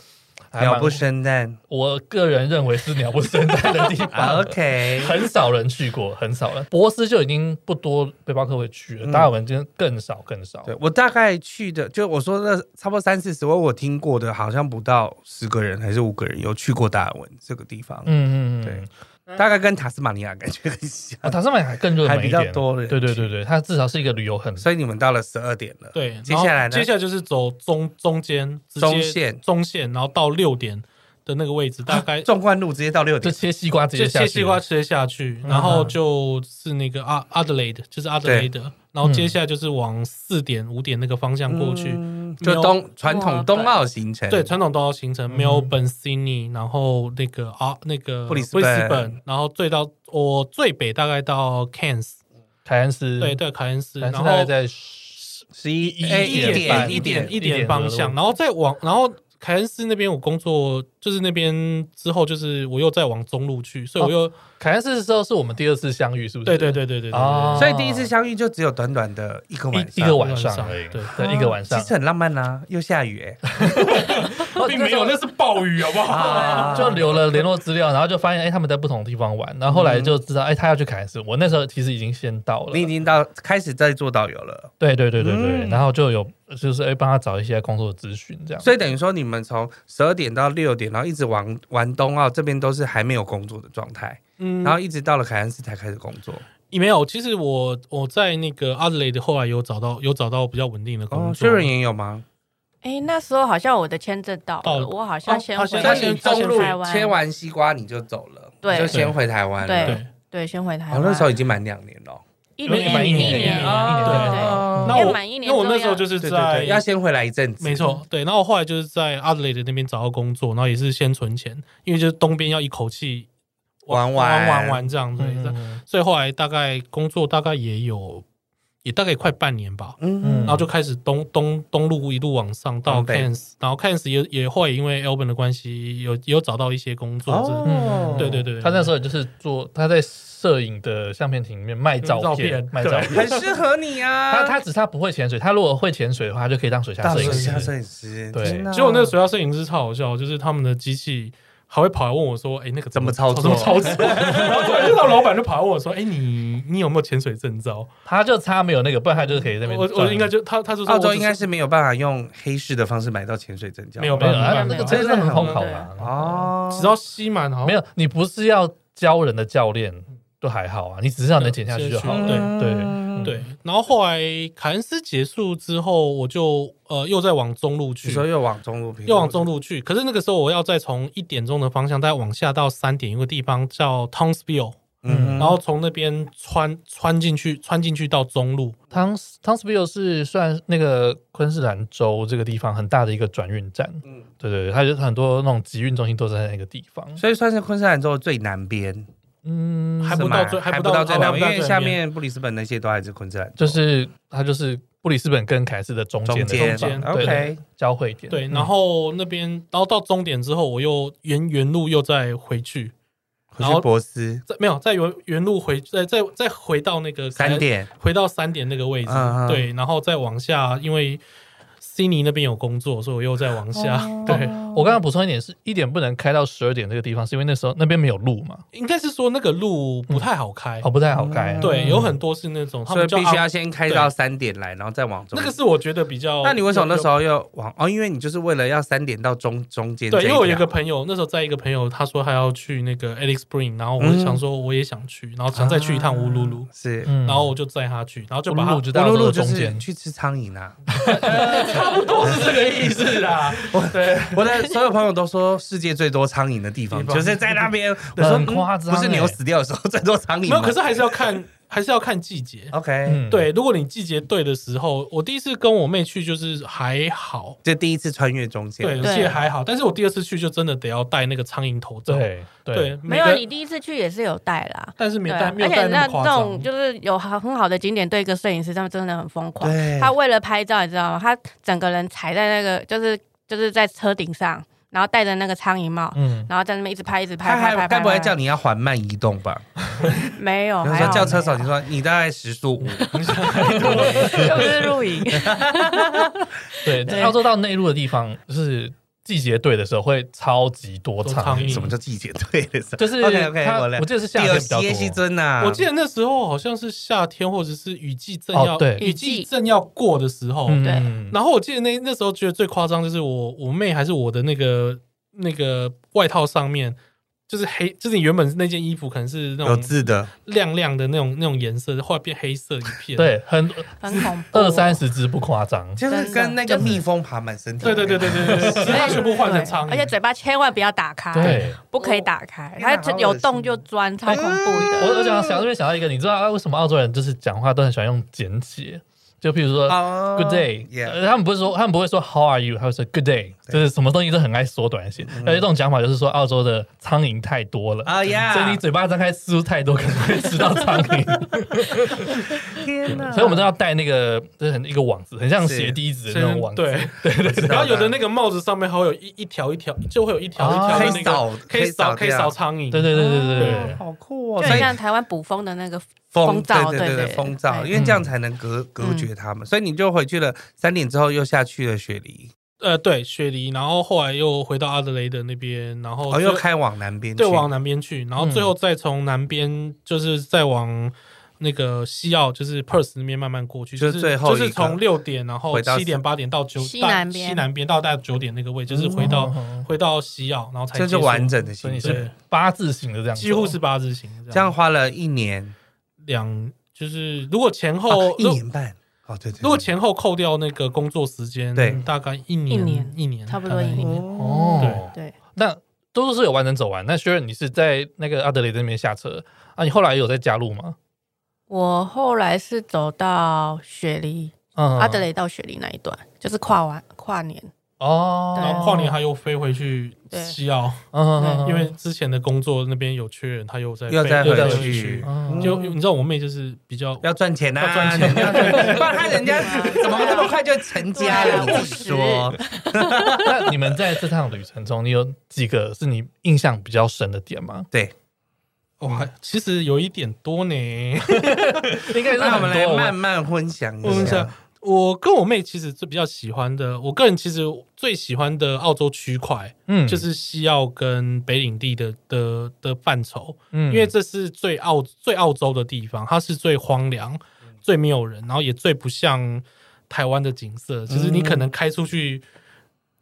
还蛮嗯鸟不生蛋。我个人认为是鸟不生蛋的地 啊方。啊 OK，很少人去过，很少人。博斯就已经不多背包客会去了，达尔文真的更少更少。嗯对我大概去的，就我说的差不多三四十位，我听过的好像不到十个人还是五个人有去过达尔文这个地方，嗯嗯嗯，对大概跟塔斯马尼亚感觉很像啊，。塔斯马尼亚更热门一点，还比较多人对对对对，它至少是一个旅游很所以你们到了十二点了，对， 接下来然后呢接下来就是走中中间，直接中线中线，然后到六点的那个 位置，大概纵贯路直接到六就点，切西瓜直接就下切去。西瓜吃下去，嗯然后就是那个阿阿德雷德，就是阿德雷德，然后接下来就是往四点五点那个方向过去。嗯就东传统东澳行程，对，传统都要行程，Melbourne、Sydney，然后那个啊，那个布里斯布里斯本本，然后最到我最北大概到 Cairns，凯恩斯，对对，凯恩斯，凯恩然斯后大概在十十一哎一点半点一点一一点点左方右向，然后再往，然后凯恩斯那边我工作，就是那边之后就是我又再往中路去，所以我又、凯恩斯的时候是我们第二次相遇，是不是？对对对对对对哦所以第一次相遇就只有短短的一个晚上，一哦一个晚上晚上而已，对对一个晚上其，实很浪漫啦，又下雨 哎、哦 并没有，那是暴雨，好不好？啊 就留了联络资料，然后就发现哎他们在不同地方玩，然后后来嗯就知道哎他要去凯恩斯，我那时候其实已经先到了，你已经到开始在做导游了，对对对对对，嗯然后就有就是哎帮他找一些工作咨询这样，所以以等于说你们从十二点到六点，然后一直玩玩冬奥这边都是还没有工作的状态，嗯然后一直到了凯恩斯才开始工作。也没有，其实我我在那个阿德雷德后来有找到有找到比较稳定的哦工，作，薛仁也有吗？哎，那时候好像我的签证到到了了，我好像哦先他回先所他以你先中路台湾切完西瓜你就走了，对你就先回台湾了。对对。对，先回台哦湾。，那时候已经满两年了。一有年满一一年啊年一年对哦那我要满一年因为我那之时后候要就是对在对对，要先回来一阵子。没错，对。然后我后来就是在阿德雷德那边找到工作，然后也是先存钱，因为就是东边要一口气玩完玩玩玩这样子。嗯所以后来大概工作大概也有，也大概快半年吧。嗯然后就开始东东东路一路往上到往北 Cairns，然后 Cairns 也也后来因为 Elvin 的关系，有也有找到一些工作。这哦嗯，对对对对他那时候就是做他在摄影的相片亭里面卖照嗯照片片，卖照对片。很适合你他啊。他只是他不会潜水，他如果会潜水的话，他就可以当水下摄影下师。摄影师，对天哪结果那个水下摄影师超好笑，就是他们的机器还会跑来问我说：“哎、那个怎么操作怎么操作？” 然后突然就到老板就跑来问我说：“哎、你你有没有潜水证照他就差没有那个，不然他就是可以在那？”边我转。我应该就他他就说澳我只洲应该是没有办法用黑市的方式买到潜水证照，没有嗯没有，办他法那个没真有的很没有好考啦。哦，只要吸满好像没有，你不是要教人的教练都还好啊，你只是让能潜下去就好嗯了。对对对，然后后来凯恩斯结束之后，我就呃又再往中路你去，说又往中路平，又往中路去。可是那个时候我要再从一点钟的方向，再往下到三点，有个地方叫 Townsville，、嗯，然后从那边穿穿进去，穿进去到中路。汤汤斯比尔是算那个昆士兰州这个地方很大的一个转运站，嗯对对对，它就是很多那种集运中心都在那个地方。所以算是昆士兰州的最南边，嗯，还不到是吗最还还不不到到最南边，还因不到最南边为下面布里斯本那些都还是昆士兰州，就是它就是布里斯本跟凯斯的中间中的间地方中间对对 OK，交汇点。对，嗯然后那边，然后到终点之后，我又原原路又再回去，回然去后博斯再没有再原原路回再再再回到那个凯三点，回到三点那个位置，嗯嗯对，然后再往下，因为。悉尼那边有工作，所以我又再往下。哦 对，我刚刚补充一点是，一点不能开到十二点这个地方，是因为那时候那边没有路嘛，应该是说那个路不太好开。哦，不太好开。对，有很多是那种嗯他所以们叫必须要 out- 先开到三点来，然后再往中那。个是我觉得比较。那你为什么那时候要往哦？因为你就是为了要三点到中中间这对，一条。因为我有一个朋友，那时候在一个朋友，他说他要去那个 Alex Spring，然后我就想说我也想去，然后想再去一趟乌鲁鲁，啊是嗯然后我就载他去，然后就把乌他鲁鲁就 我露露到就中是间去吃苍蝇啊！ 差不多是这个意思啦。对，我的所有朋友都说世界最多苍蝇的地方地方就是在那 边。我说很夸张嗯不是欸牛死掉的时候最多苍蝇没吗。有，可是还嗯是要看，还是要看季节。 OK，对，对，如果你季节对的时候，我第一次跟我妹去就是还好，这第一次穿越中间。对，而对且还好，但是我第二次去就真的得要戴那个苍蝇头罩。对，对，对，每没有，个你第一次去也是有带啦。但是没对戴，啊，没而有且戴那么夸这张。种就是有好很好的景点，对一个摄影师，他们真的很疯狂。对他为了拍照，你知道吗？他整个人踩在那个，就是就是在车顶上，然后戴着那个苍蝇帽，嗯，然后在那边一直拍，一直拍，他拍拍还哦拍。该不会拍叫你要缓慢移动吧？没有？比如还说好叫车手，没你有 说 你大概时速五，嗯又不是露营，对，在对澳洲到内陆的地方，就是季节对的时候会超级多多苍苍蝇 蝇什么叫季节对的时候？就是 OK OK，它我了我记得是夏第天二比较耶西多。真呐，我记得那时候好像是夏天或者是雨季正要、啊哦对雨雨季季正要过的时候，嗯对然后我记得那那时候觉得最夸张就是我我妹还是我的那个那个外套上面就是黑，就是你原本那件衣服可能是那有种字的，亮亮的那种那种颜色，后来变黑色一片。对，哦很很恐怖。二三十只不夸张。就是跟那个蜜蜂爬满身体。对对对对对 对， 对对，它全部换成苍而且蝇。嘴巴千万不不要打开，对，不可以打开，天哪它就有洞就钻，超恐怖嗯我的。我想想这边想到一个，你知道啊为什么澳洲人就是讲话都很喜欢用简写？就譬如啊说哦 Good day，、 Yeah，呃他们不是说他们不会说 How are you，他们说 Good day，就是什么东西都很爱缩短一些。嗯而且这种讲法就是说澳洲的苍蝇太多了。啊呀！所以你嘴巴张开次数太多，可能会吃到苍 蝇，天哪！ 所以我们都要带那个，就是很一个网子，很像鞋底子的那种网子。对对对，然后有的那个帽子上面还会有一一条一条，就会有一条一哦条的那个可以扫可以掉扫苍蝇。对对对对对哦对好酷哦！就所很以像台湾捕风的那个，风风罩对对对对对风罩，对因为这样才能隔隔绝他们。所以你就回去了，三点之后又下去了雪梨，呃，对，雪梨，然后后来又回到阿德雷德那边，然后哦，又最开往南边去嗯对，。往南边去，然后最后再从南边就是再往那个西澳，就是 Perth 那边慢慢过去，就是是最后一个就是从六点，然后回到七点八点到九西大南边西南边到大概九点那个位，就是回到、回到西澳，然后才哦这结是束完，整的所以行你程，是八字形的这样走，几乎是八字形这样，这样花了一年两就是如果前哦后、一如年半。哦，对对，对如果前后扣掉那个工作时间，对大概一一年年一年差不多大概一年哦，哦。对，那都是有完整走完。那 Sharon，你是在那个阿德雷德那边下车啊？你后来有在加入吗？我后来是走到雪梨，嗯，阿德雷到雪梨那一段，就是跨完跨年，哦，对然后跨年他又飞回去对西澳，哦嗯，因为之前的工作那边有缺人，他又在又再飞回回去去。嗯就你知道我妹就是比较要赚钱啊，要赚钱要赚钱， 不然他 人家怎么这么快就成家了？对啊你自己说， 那你们在这趟旅程中，你有几个是你印象比较深的点吗？对，哇，其实有一点多 呢。应该是那我们很来多慢慢分享我一们下想。，我跟我妹其实最比较喜欢的，我个人其实最喜欢的澳洲区块嗯就是西澳跟北领地的的的范畴，因因为这是最澳最澳洲的地方，它是最荒凉、嗯最没有人，然后也最不像台湾的景色。就是你可能嗯开出去，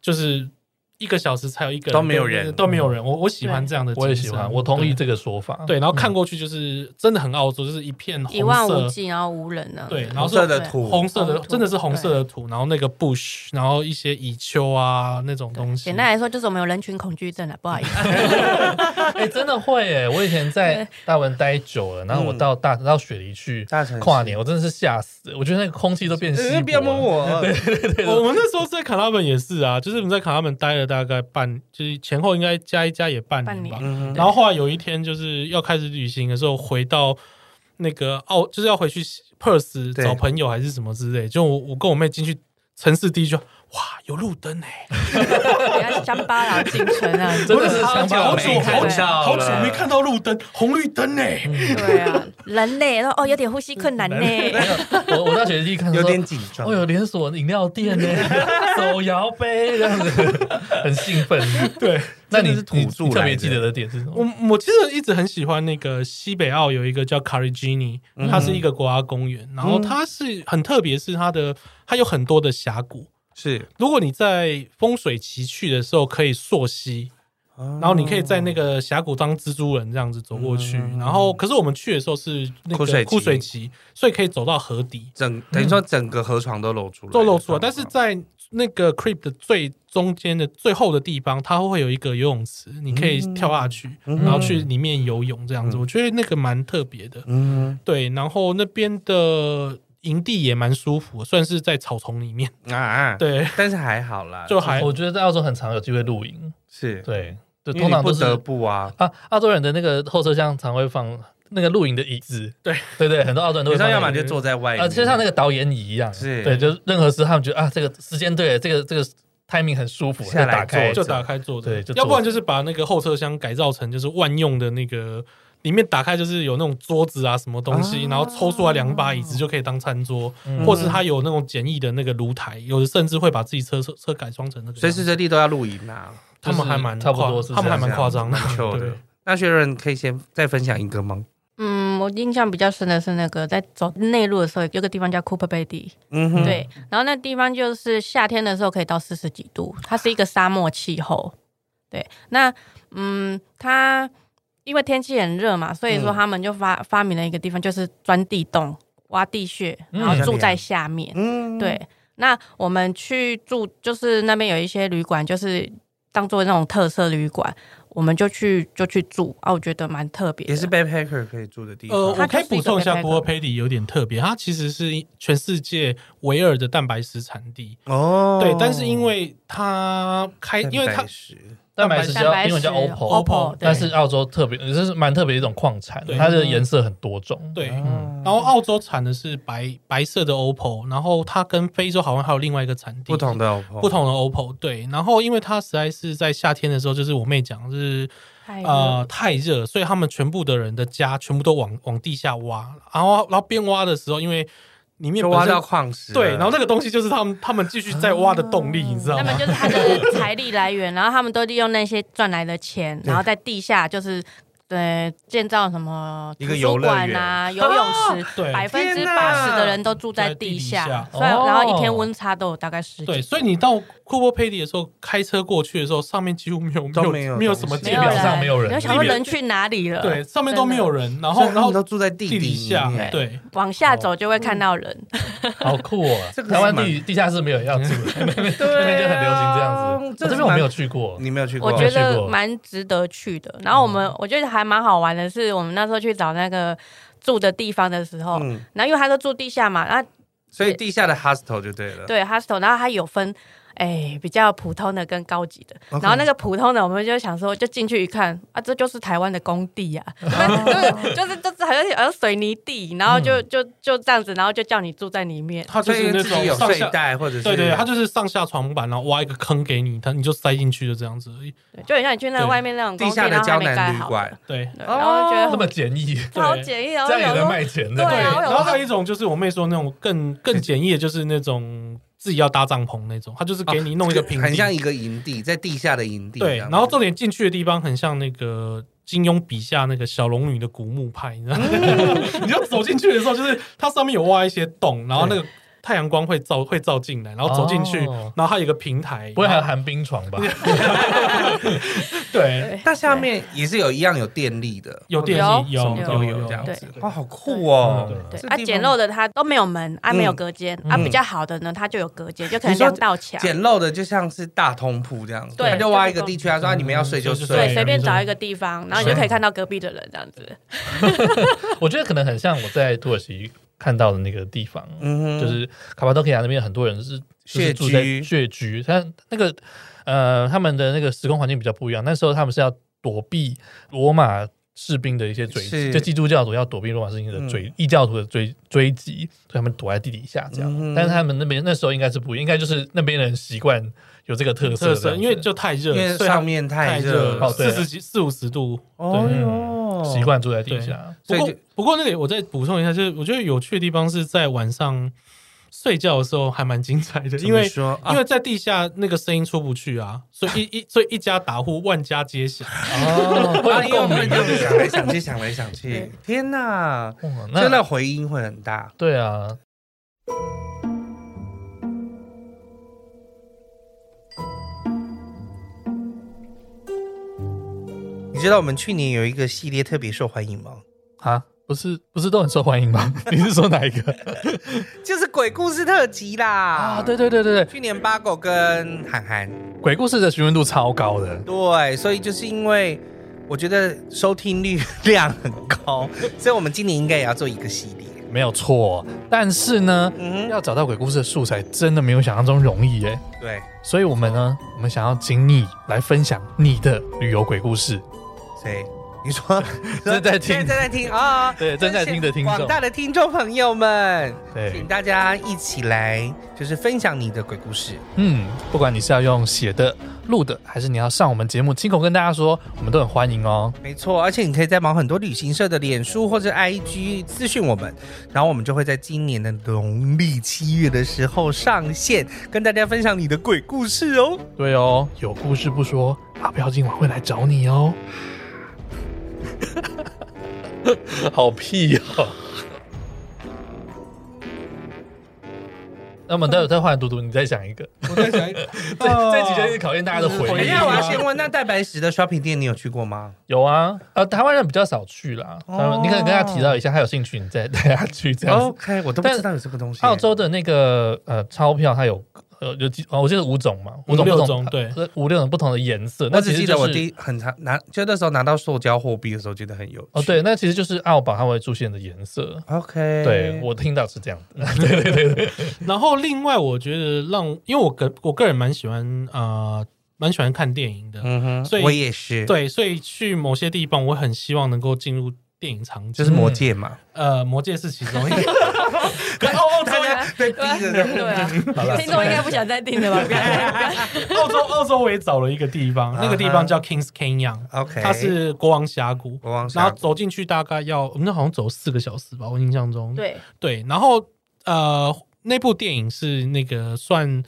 就是一个小时才有一个都没有人嗯都没有人。我我喜欢这样的景色，我也喜欢，我同意这对。个说法。对，然后看过去就是真的很澳洲，就是一片一红望无色，际，然后无人呢。对，然后红是色的对土，红色的红，土真的是红色的土，然后那个 bush，然后一些蚁丘啊那种东西。简单来说，就是我们有人群恐惧症了，不好意思。 哎，真的会哎！我以前在大文待久了，然后我到大到雪梨去嗯大城市跨年，我真的是吓死！我觉得那个空气都变稀薄呃了。不要摸我， 我们那时候在卡拉本也是啊，就是我们在卡拉本待了大概半，就是前后应该加一加也半半年吧。年嗯然后后来有一天就是要开始旅行的时候，回到那个澳，就是要回去 Perth 对找朋友还是什么之类，就我我跟我妹进去。城市第一句话，哇，有路灯 哎、人家乡巴佬进城啊，真的是乡巴好佬好久久没好啊看久到好久了没看到路灯，红绿灯哎、对啊，人类，然后哦有点呼吸困难呢，我我大学一看有说点紧张哦，。有连锁饮料店呢， 手摇杯这样子， 很兴奋。对，那你真的是土著你你特来别的记得的点是什么？我我其实一直很喜欢那个西北澳有一个叫 Carigini，它嗯是一个国家公园，然后它是很特别，是它的它有很多的峡谷。是，如果你在风水奇去的时候可以溯溪，然然后你可以哦在那个峡谷当蜘蛛人这样子走过去，嗯然后可是我们去的时候是那枯个水期枯水期，所以可以走到河底整等于说整个河床都露出来，嗯都露出来，啊但是在那个 creep 的最中间的最后的地方，它会有一个游泳池，你可以跳下去，然后去里面游泳这样子，我觉得那个蛮特别的。嗯对，然后那边的营地也蛮舒服，算是在草丛里面。啊啊，，对， 但是还好啦，就还我觉得在澳洲很常有机会露营，是，对，就因为通你常不都是得不啊，啊，澳洲人的那个后车厢常会放那个露营的椅子，对对对，很多澳洲人都你会知道，放那个。要么你就坐在外啊，面，就像那个导演椅一样，是对，就是任何时候他们觉得啊，这个时间对了，这个这个 timing 很舒服，下来就打开坐就打开坐着，对就坐着要不然就是把那个后车厢改造成就是万用的那个，里面打开就是有那种桌子啊什么东西，啊然后抽出来两把椅子就可以当餐桌，嗯或是它有那种简易的那个炉台，有的甚至会把自己车车车改装成那个样子，随时随地都要露营啊。他们还蛮就是差不多夸是这嗯他样们还蛮夸张的蛮，糗的对。那学人可以先再分享一个吗？嗯，我印象比较深的是那个在走内陆的时候，有个地方叫 Cooper Bay 地，嗯哼，对，然后那地方就是夏天的时候可以到四十几度，它是一个沙漠气候。对，那嗯，它因为天气很热嘛，所以说嗯他们就发、发明了一个地方，就是钻地洞、挖地穴，然后嗯住在下面。嗯，对，那我们去住，就是那边有一些旅馆，就是当做那种特色旅馆，我们就去就去住啊，我觉得蛮特别的。也是 backpacker 可以住的地方。呃，它我可以就是一补个充一下 backpacker Google p a y 有点特别，它其实是全世界唯二的蛋白食产地。哦，对，但是因为它开，因为它蛋白质蛋白质蛋叫白质英文叫 OPPO， OPPO，但是澳洲特别，就是蛮特别的一种矿产对，它嗯的颜色很多种。对，啊嗯然后澳洲产的是白白色的 OPPO，然后它跟非洲好像还有另外一个产地不同的哦 OPPO，不同的 OPPO，对，然后因为它实在是在夏天的时候，就是我妹讲就是太热呃太热，所以他们全部的人的家全部都往往地下挖，然后然后边挖的时候，因为里面就本挖身到矿石了，对，然后那个东西就是他们他们继续在挖的动力，你知道他们吗？就是他的财力来源，然后他们都利用那些赚来的钱，然后在地下就是呃建造什么一图个游书乐园馆啊、游泳池，对百分之天八哪十的人都住在在地地底下下，虽然哦然后一天温差都有大概十对，几，所以你到库珀佩里的时候，开车过去的时候，上面几乎没有都没没有有没有东西什么没界有面地表上人，没有人你就想说地表人去哪里了？对，，上面都没有人，然后所以他然后们都住在地地底下里面对，往下走就会看到人，好酷哦 这！个是台湾蛮地地下室没有人要住的，那边对啊那边就很流行这样子。这我是这边我蛮嗯没有去过，你没有去过？嗯我觉去得过蛮值得去的。然后我们我觉得还蛮好玩的是，我们那时候去找那个住的地方的时候，嗯，然后因为他都住地下嘛，然后所以地下的 hostel 就对了。对 hostel，然后它有分，哎，比较普通的跟高级的。 OK 然后那个普通的，我们就想说，就进去一看，啊，这就是台湾的工 地呀、就是就是就是好像好像水泥地，然后就、嗯就就这样子，然后就叫你住在里面。它就所以是那自己有种上睡下。袋或者是对对，它就是上下床板，然后挖一个坑给你，它你就塞进去，就这样子而已。对，就很像你去那个外面那种工地地，下的然后还胶没盖南旅好。馆，哦对对，然后就觉那得么简易，很好简易，然后这就样也想能说，卖钱对的。啊我有然后还有一种就是我妹说那种更更简易的，就是那种自己要搭帐篷那种，它就是给你弄一个平啊哦很像地。一个营地，在地下的营地这对，样子。然后重点进去的地方很像那个金庸笔下那个小龙女的古墓派，你知道吗？ 你就走进去的时候，就是它上面有挖一些洞，然后那个太阳光会照会照进来，然后走进去，哦然后它有一个平台，不会还有然后寒冰床吧？对，哎那下面也是有一样有电力的，有电有力，有什么有都有这样子对。哇，好酷哦！嗯对这啊，地方简陋的它都没有门，啊，没有嗯隔间，啊，嗯比较好的呢，它就有隔间，就可你能说两道墙，简陋的就像是大通铺这样子，对他就挖一个地区，他说嗯啊你们要睡就对对，睡，随没便错找一个地方，然后你就可以看到隔壁的人这样子。我觉得可能很像我在土耳其看到的那个地方，嗯哼就是卡巴多克亚那边很多人是就是穴住在居穴居，他那个呃他们的那个时空环境比较不一样，那时候他们是要躲避罗马。士兵的一些追击，是嗯就基督教徒要躲避罗马士兵的追，异教徒的追追击，所以他们躲在地底下这样。嗯哼但是他们那边那时候应该是不，应该就是那边人习惯有这个特色这特样子，色，因为就太热因了，为所以它上面太太热了了，哦对四十几四五十度。哦对哟，习惯住在地下。所不以过就不过那个我再补充一下，就是我觉得有趣的地方是在晚上睡觉的时候还蛮精彩的，怎么因为。说啊因为在地下那个声音出不去啊，所以一一所以一家打户万家皆 响，哦，啊，会因为有我共们鸣，对不就对想来想去，想来想去，天哪！哇真那的回音会很大。对啊，你知道我们去年有一个系列特别受欢迎吗？啊，不是不是都很受欢迎 吗？你是说哪一个就是鬼故事特辑啦！啊？对，对对对对，去年八狗跟涵涵，鬼故事的询问度超高的，对，所以就是因为我觉得收听率量很高，所以我们今年应该也要做一个系列。没有错。但是呢，嗯，要找到鬼故事的素材，真的没有想象中容易耶。对，所以我们呢，我们想要请你来分享你的旅游鬼故事。所以你说正在听现在正在听啊，对正在听的听众广大的听众朋友们，对请，大家一起来，就是分享你的鬼故事。嗯，不管你是要用写的、录的，还是你要上我们节目亲口跟大家说，我们都很欢迎哦。没错，而且你可以在忙很多旅行社的脸书或者 IG 私讯我们，然后我们就会在今年的农历七月的时候上线，跟大家分享你的鬼故事哦。对哦，有故事不说，阿飘今晚会来找 你哦。好屁啊哦！ 那么待会再换嘟嘟，你再想一个。我在 想，这 这集就是考验大家的回哦回等忆一忆下，力。啊哎我要先问，那蛋白石的 shopping 店你有去过吗？有啊，呃，台湾人比较少去啦。哦台湾你可以跟他提到一下，他有兴趣，你再带他去这样哦子。 OK，我都不哦知道有这个东西。澳洲的那个呃钞票，它有呃有几，哦我记得五种嘛，五种不五六同种对，呃五六种不同的颜色。我那其只实记得就我是第一很常拿，就那时候拿到塑胶货币的时候觉得很有趣。哦对，那其实就是澳宝它会出现的颜色。 ，OK，对我听到是这样的，对对对对，然后另外我觉得让，因为我个我个人蛮喜欢呃蛮喜欢看电影的，嗯哼，所以我也是，，对，所以去某些地方我很希望能够进入电影场景，就是魔戒嘛。呃魔戒是 其中 一个。哦，大家被逼着这对样。啊，好了，听众应该不想再听了吧？不要不要澳洲，澳洲我也找了一个地方，那个地方叫 Kings Canyon，啊 OK，它是国王峡谷。国王然峡后谷，走进去大概要，我们那好像走四个小时吧，我印象中。对，对，然后呃，那部电影是那个算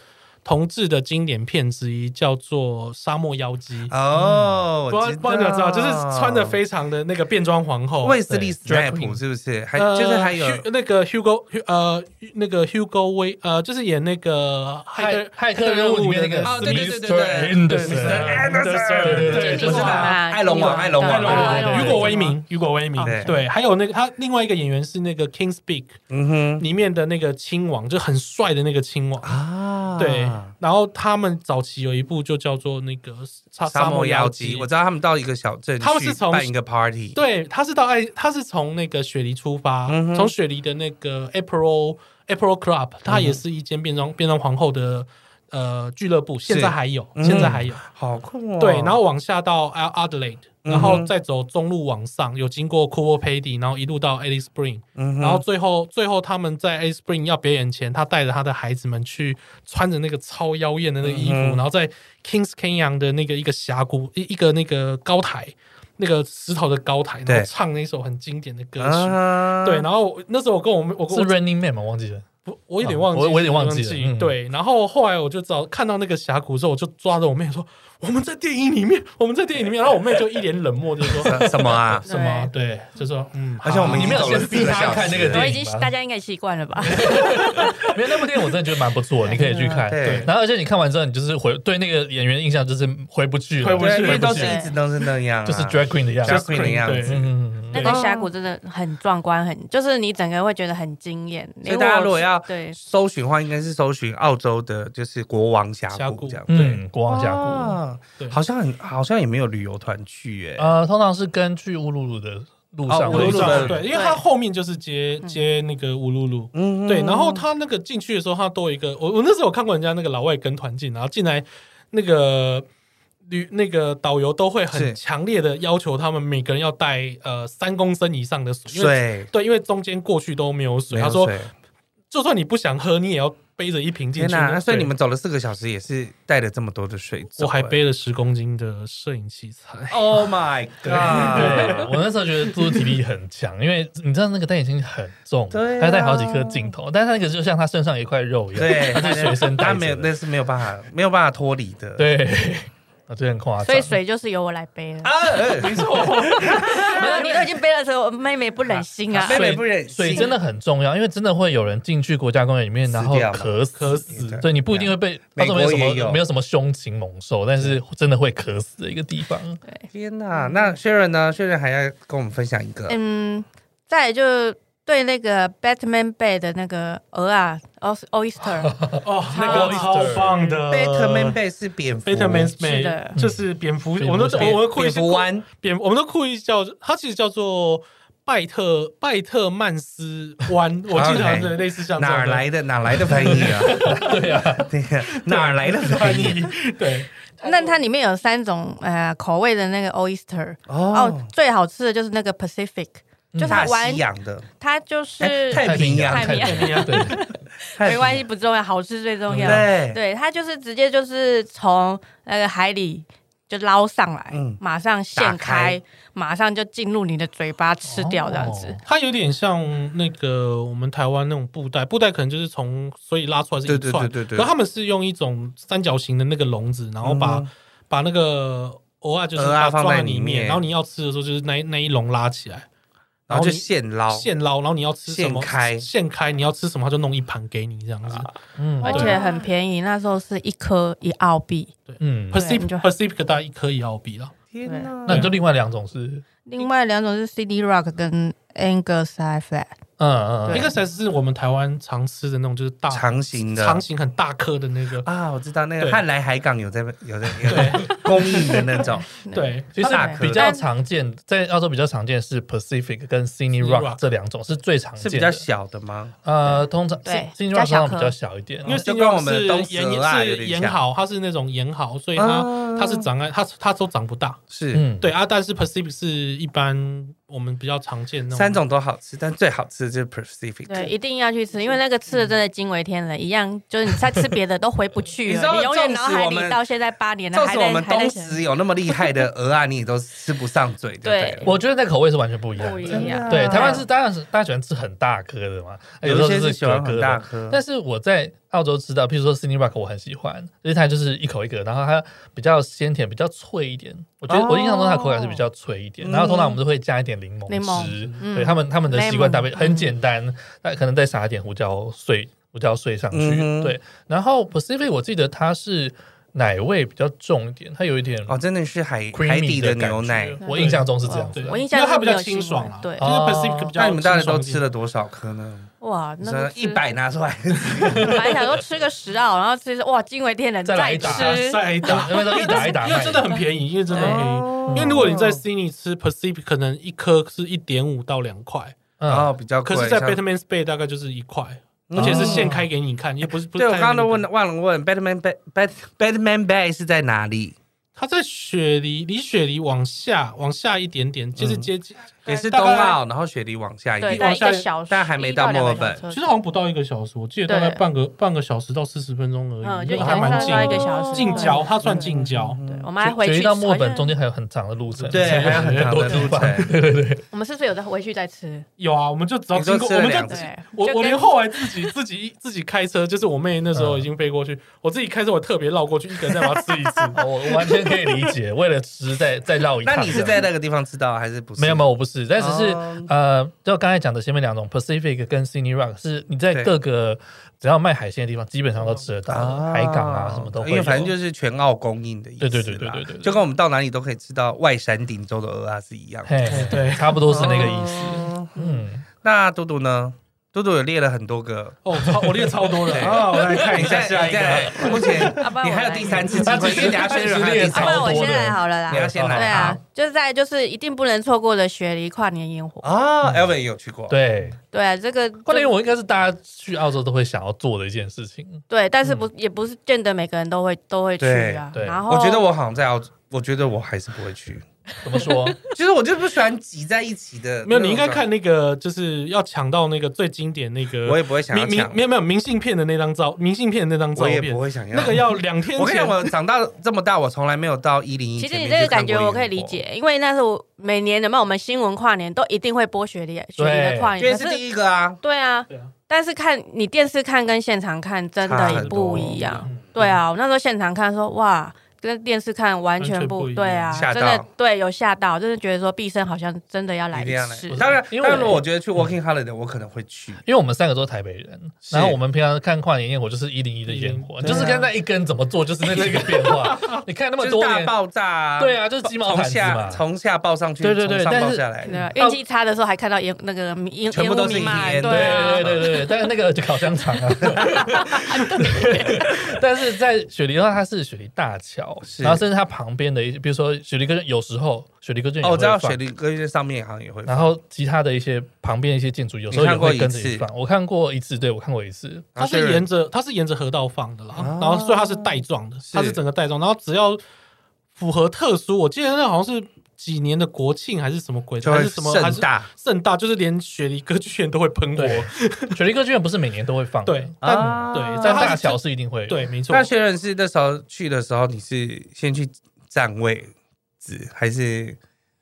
同志的经典片之一，叫做《沙漠妖姬》。 哦，不我知道，不知道你知道，就是穿的道非常的那个变装皇后，卫斯理对，drag Strap queen 是不是？还呃就是还有 Hugh- 那个 Hugo 呃那个 Hugo 威呃，就是演那个骇骇客任务里面那个啊哦对对对对 Mr. 对 Anderson，对，Mr. Anderson 对对对，就就是是我知道他嘛，艾龙王艾龙王对对艾对龙王雨对对果威明，雨果威明对，对，还有那个他另外一个演员是那个 King Speak 嗯哼里面的那个亲王，就很帅的那个亲王。啊对，然后他们早期有一部就叫做那个《沙沙漠妖妖姬，我知道他们到一个小镇，他们是从办一个 party，对，他是到爱，他是从那个雪梨出发，嗯哼从雪梨的那个 April April Club，它嗯也是一间变装变装皇后的呃俱乐部，现在还有，嗯现在还有。好酷哦。对，然后往下到 Ad- Adelaide，然嗯后哼再走中路往上，有经过 Cooper Pedy，然后一路到 Alice Spring，嗯哼然后最后最后他们在 Alice Spring 要表演前，他带着他的孩子们去穿着那个超妖艳的那个衣服，嗯哼然后在 Kings Canyon 的那个一个峡谷一一个那个高台，那个石头的高台，对然后唱那首很经典的歌曲。啊对，然后我那时候我跟我们我是跟我 Running Man 吗？忘记了。不我有点忘记，我我有点忘记了嗯对，然后后来我就找看到那个峡谷之后，我就抓着我妹说：“我们在电影里面，我们在电影里面。”然后我妹就一脸冷漠，就说什什么 啊？什么？对，就说嗯，好像我们你已没经有走了先四逼个他小看时那个了我电已影经吧？大家应该习惯了吧？没有那部电影，我真的觉得蛮不错，你可以去看。对然后而且你看完之后，你就是回对那个演员的印象就是回不去了，回不对，去因为回不都去是，一直都是那样啊，就是 drag queen 的样 drag 子。 queen 的样对子。嗯，那个峡谷真的很壮观，很就是你整个会觉得很惊艳。所以大家如果要对搜寻的话，应该是搜寻澳洲的，就是国王峡峡谷谷这样。嗯，国王峡谷。啊对好像很好像也没有旅游团去耶。呃，通常是跟去乌鲁鲁的路上哦乌鲁会有，鲁的对，因为它后面就是接接那个乌鲁鲁，嗯对，然后他那个进去的时候，他都有一个，我我那时候有看过人家那个老外跟团进，然后进来那个旅那个导游都会是很强烈的要求他们每个人要带呃三公升以上的水，因为水对，因为中间过去都没有水。没有他说，水就算你不想喝，你也要背着一瓶进天去。哪！那所以对你们走了四个小时，也是带了这么多的水走、我还哎背了十公斤的摄影器材， ，Oh my 对 god！我那时候觉得猪体力很强，因为你知道那个单眼睛很重，对啊他带好几颗镜头，但是那个就像他身上一块肉一样，对，他是随身带他着没有，的那是没有办法，没有办法脱离的。 对，啊，这很夸张。所以水就是由我来背了。啊，没错，你都已经背了，所以我妹妹不忍心啊。妹妹水不忍水心真的很重要，因为真的会有人进去国家公园里面，死然后掉嘛渴死，渴死。对你不一定会被，啊美到时候没有国也什有么没有什么凶禽猛兽，但是真的会渴死的一个地方。 天哪！那 Sharon 呢？Sharon 还要跟我们分享一个，嗯，再来就对那个 Batman Bay 的那个鹅啊，os-，oyster， 哦，那超个超棒的 Batman Bay 是蝙蝠， Batman's 是的 Bay 就是蝙蝠，嗯我们都蝙我们故意蝙是蝠湾，蝙，我们都故意叫它，其实叫做拜特拜特曼斯湾，我记得好像是类似像这哪样儿的来的哪儿来的翻译啊？ 对啊，对呀，哪儿来的翻译？对，那它里面有三种呃口味的那个 oyster，哦嗯哦，，最好吃的就是那个 Pacific，就大它完西洋的，它就是哎太平洋太平洋，对，太嗯没关系，不重要，好吃最重要。对对，它就是直接就是从那个海里就捞上来，嗯马上现打开开，马上就进入你的嘴巴吃掉这样子。哦它有点像那个我们台湾那种布袋，布袋可能就是从所以拉出来是一对串，对对对对然后他们是用一种三角形的那个笼子，然后把、嗯把那个偶尔就是蚵仔把它放装在在里里面然后你要吃的时候就是那一那一笼拉起来，然后就然后你现捞，现捞，然后你要吃什么现开啊现开，你要吃什么他就弄一盘给你这样子。哦嗯，而且很便宜，那时候是一颗一澳币。嗯， Pacific 你就 Pacific 大概一颗一澳币了，天哪那你就另外两种是，另外两种是 CD Rock 跟 Angus High Flat，嗯嗯一个才是我们台湾常吃的那种，就是大长形的长形很大颗的那个。啊，我知道那个对汉来海港有在有在有在 供应的那 种，对，其实大颗比较常见，在澳洲比较常见是 Pacific 跟 Sydney Rock Rock 这两种是最常是见的，比较小的吗？呃，通常对 Sydney 比较 Rock 通小常颗比较小一点，因为啊就新跟我疆们是东盐蛇啊有是点盐像蚝，它是那种盐蚝，所以它、啊它是长在它它都长不大。是，嗯，对啊，但是 Pacific 是一般我们比较常见那种三种都好吃，但最好吃的就是 Pacific。对，一定要去吃，因为那个吃的真的惊为天人，一样就是你再吃别的都回 不你去知道了，你永纵远使脑海我们里到现在八年了，就是还我在们还在东想石有那么厉害的鹅啊，你也都吃不上嘴，对不对我觉得那口味是完全不一样不的。一真的啊样。对，台湾是当然是大家喜欢吃很大颗的嘛，对？时有候一些就是喜欢格格很的大颗，但是我在澳洲知道，譬如说 Sydney Rock，我很喜欢，因为它就是一口一个，然后它比较鲜甜，比较脆一点。我觉得、哦我印象中它的口感是比较脆一点，嗯然后通常我们都会加一点柠檬柠檬汁，嗯对他们他们的习惯搭配 Lemon，很简单，那可能再撒一点胡椒碎，胡椒碎上去。嗯哼对，然后 Pacific 我记得它是奶味比较重一点，它有一点哦，真的是海 creamy 海底的感牛觉奶。我印象中是这样子对，的。我印象因为它比中没较有清新闻啊爽啦，对啊就是 Pacific 比较哦那你们到底都清爽一点吃了多少颗呢？哇，那这个啊一 百拿出来，本来想说吃个十澳，然后吃一吃哇惊为天人，再来一再打啊吃再 打，因为都一打一 打卖因为真的很便宜，因为真的很便宜。哦因为如果你在 Sydney 吃 Pacific，可能一颗是一点五到两块，哦嗯，比较贵，可是，在像 Batman's Bay 大概就是一块，嗯而且是现开给你看，也不是不是对，开给你看。我刚刚都问忘了问，Batman Bay Bat Batman Bay 是在哪里？它在雪梨，离雪梨往下往下一点点，就是接近，也是大冬概澳，然后雪梨往下一哦对，点。往哦在一个下小时，但还没一到两个墨尔本小其时实好像不到一个小时，我记得大概对半个半个小时到四十分钟而嗯，已，那就个一个还蛮上近到一个的。小时，近郊，它算近郊，嗯对，我们还回雪去梨到墨尔本好像中间还有很长的路程，对，还有很长 的路程。我们是不是有再回去 再吃？有啊，我们就只要你说经过，吃了我们两就次只对，我就我跟连后来自己 自己自己开车，就是我妹那时候已经飞过去，我自己开车我特别绕过去，一个人再把它吃 一次。哦我我完全可以理解，为了吃再再绕一那趟。你是在那个地方吃到还是不是？没有没有，我不是，但只是、哦呃，就刚才讲的前面两种 Pacific 跟 Sydney Rock 是你在对各个只要卖海鲜的地方，基本上都吃得到，海港啊什么都哦会因为反正有就是全澳供应的意思啦。对对对对对对对就跟我们到哪里都可以吃到外山顶洲的鹅啊是一样的。嘿对差不多是那个意思。思。嗯，那嘟嘟呢？嘟嘟有列了很多个。哦，超我列超多人哦，哦，我来看一下下一个。个。目前 啊不然你我还有来第三次机会，因为等下轩还他其实有列第啊，三不超然我多先的来好了你要啦。先来。对啊，就是在就是一定不能错过的雪梨跨年烟火。啊，Elvin 也有去过。对，对啊，这个关联我应该是大家去澳洲都会想要做的一件事情。嗯对，但是不也不是见得每个人都会都会去啊。对对然后我觉得我好像在澳洲，我觉得我还是不会去。怎么说？其实我就不喜欢挤在一起的。没有，你应该看，那个，就是要抢到那个最经典那个，我也不会想要明明抢没，有没有明信片的那张照，明信片的那张照我也片不，会想要 那个。要两天我跟你前讲，。我长大这么大，我从来没有到一零一。其实你这个感觉我可以理，解，因为那时候每年的嘛，我们新闻跨年都一定会播雪梨雪梨的跨这年，是可是第一个啊。对啊对啊，但是看你电视看跟现场看真差的很不多一样。嗯对啊，我那时候现场看说哇，跟电视看完完全全不不一样对啊，吓真到的对有吓到，就是觉得说毕生好像真的要来一定要来次。当然，因为当然，我觉得去 Working Holiday 我可能会去。因为我们三个都是台北人，是然后我们平常看跨年焰火就是一零一的烟火， 101啊就是看那一根怎么做，就是那几个 变化。你看那么就是多大年，爆炸、啊，对啊就是鸡毛从掸子下嘛从下爆上去，对对对从上但爆是下来，对啊，运气差的时候还看到烟那个烟哎全部都是烟雾弥漫，烟对对啊对，对对对，但是那个就烤香肠啊。但是在雪梨的话，它是雪梨大桥，是然后甚至它旁边的一些，比如说雪梨歌剧，有时候雪梨歌剧也哦，我知道会雪放。啊梨歌剧上面好像也会放，然后其他的一些旁边的一些建筑，有时候你也看过会跟着一次一起放。我看过一次，对我看过一次，然它后虽是然沿着它是沿着河道放的啦，啊然后所以它是带状的，它是是整个带状，然后只要符合特殊，我记得那好像是几年的国庆还是什么鬼，就还会是什么还盛是大，盛大，就是连雪梨歌剧院都会喷火，对雪梨歌剧院不是每年都会放的，对，但啊对但但大它桥是一定会有。对，没错那，薛仁是那时候去的时候，你是先去占位置，还是像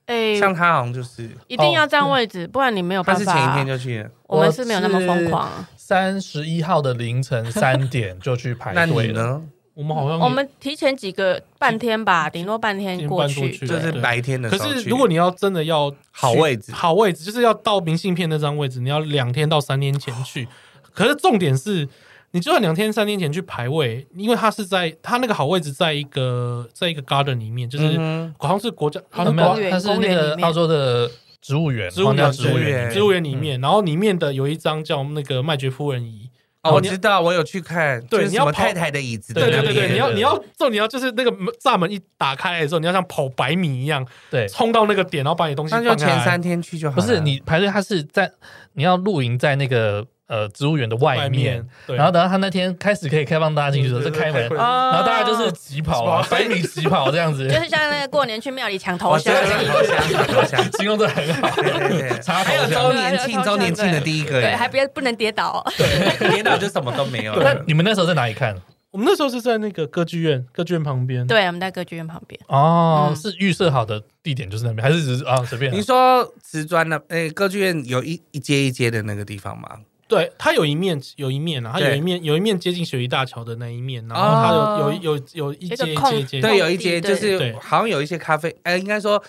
哎，他好像就是一定要占位置，不然你没有他办是法前一天啊。就去了？我们是没有那么疯狂，啊三十一号的凌晨三点就去那排队你了。呢？我们好像也我们提前几个半天吧，顶多半天过半过去去。就对是白天的时可候去。是如果你要真的要去好位置好位置就是要到明信片那张位置，你要两天到三天前 去。可是重点是，你就算两天三天前去排位，因为它是在它那个好位置在一个在一个 garden 里面，就是、嗯好像是国家好啊像没国有公，园它是那公园个里面澳洲的植物园，植物皇家园植物对园里面，植物园里面，然后里面的有一张叫那个麦爵夫人椅。哦，我知道，我有去看，就对是你什要么跑太太的椅子的对那对边，对对，你要对你要重点要就是那个门栅门一打开来的时候，你要像跑百米一样对，冲到那个点，然后把你东西那放就下来前三天去就好不了。是你排队，它是在你要露营在那个呃植物园的外外面面，，对然后等到他那天开始可以开放大家进去的时候，对再开门，对然然后大家就是疾跑啊，百米疾跑这样子就，是像那个过年去庙里抢头我香想，我 想我想，形容的很好，对对对。插头还有这周样。年庆，周年庆的第一个对，耶，还别不能跌倒。哦 跌倒就什么都没有那了。你们那时候在哪里看？我们那时候是在那个歌剧院，歌剧院旁边。对，我们在歌剧 院旁边，哦，嗯是预设好的地点就是那边，还是只是啊随便啊？你说瓷砖的，诶，歌剧院有一一阶一阶的那个地方吗？对，它有一面有一面啊，它对有一面有一面接近雪梨大桥的那一面，然后它有、哦有有有一一个阶一空阶一阶，对，空有一地些就对是对好像有一些咖啡，哎、应该说，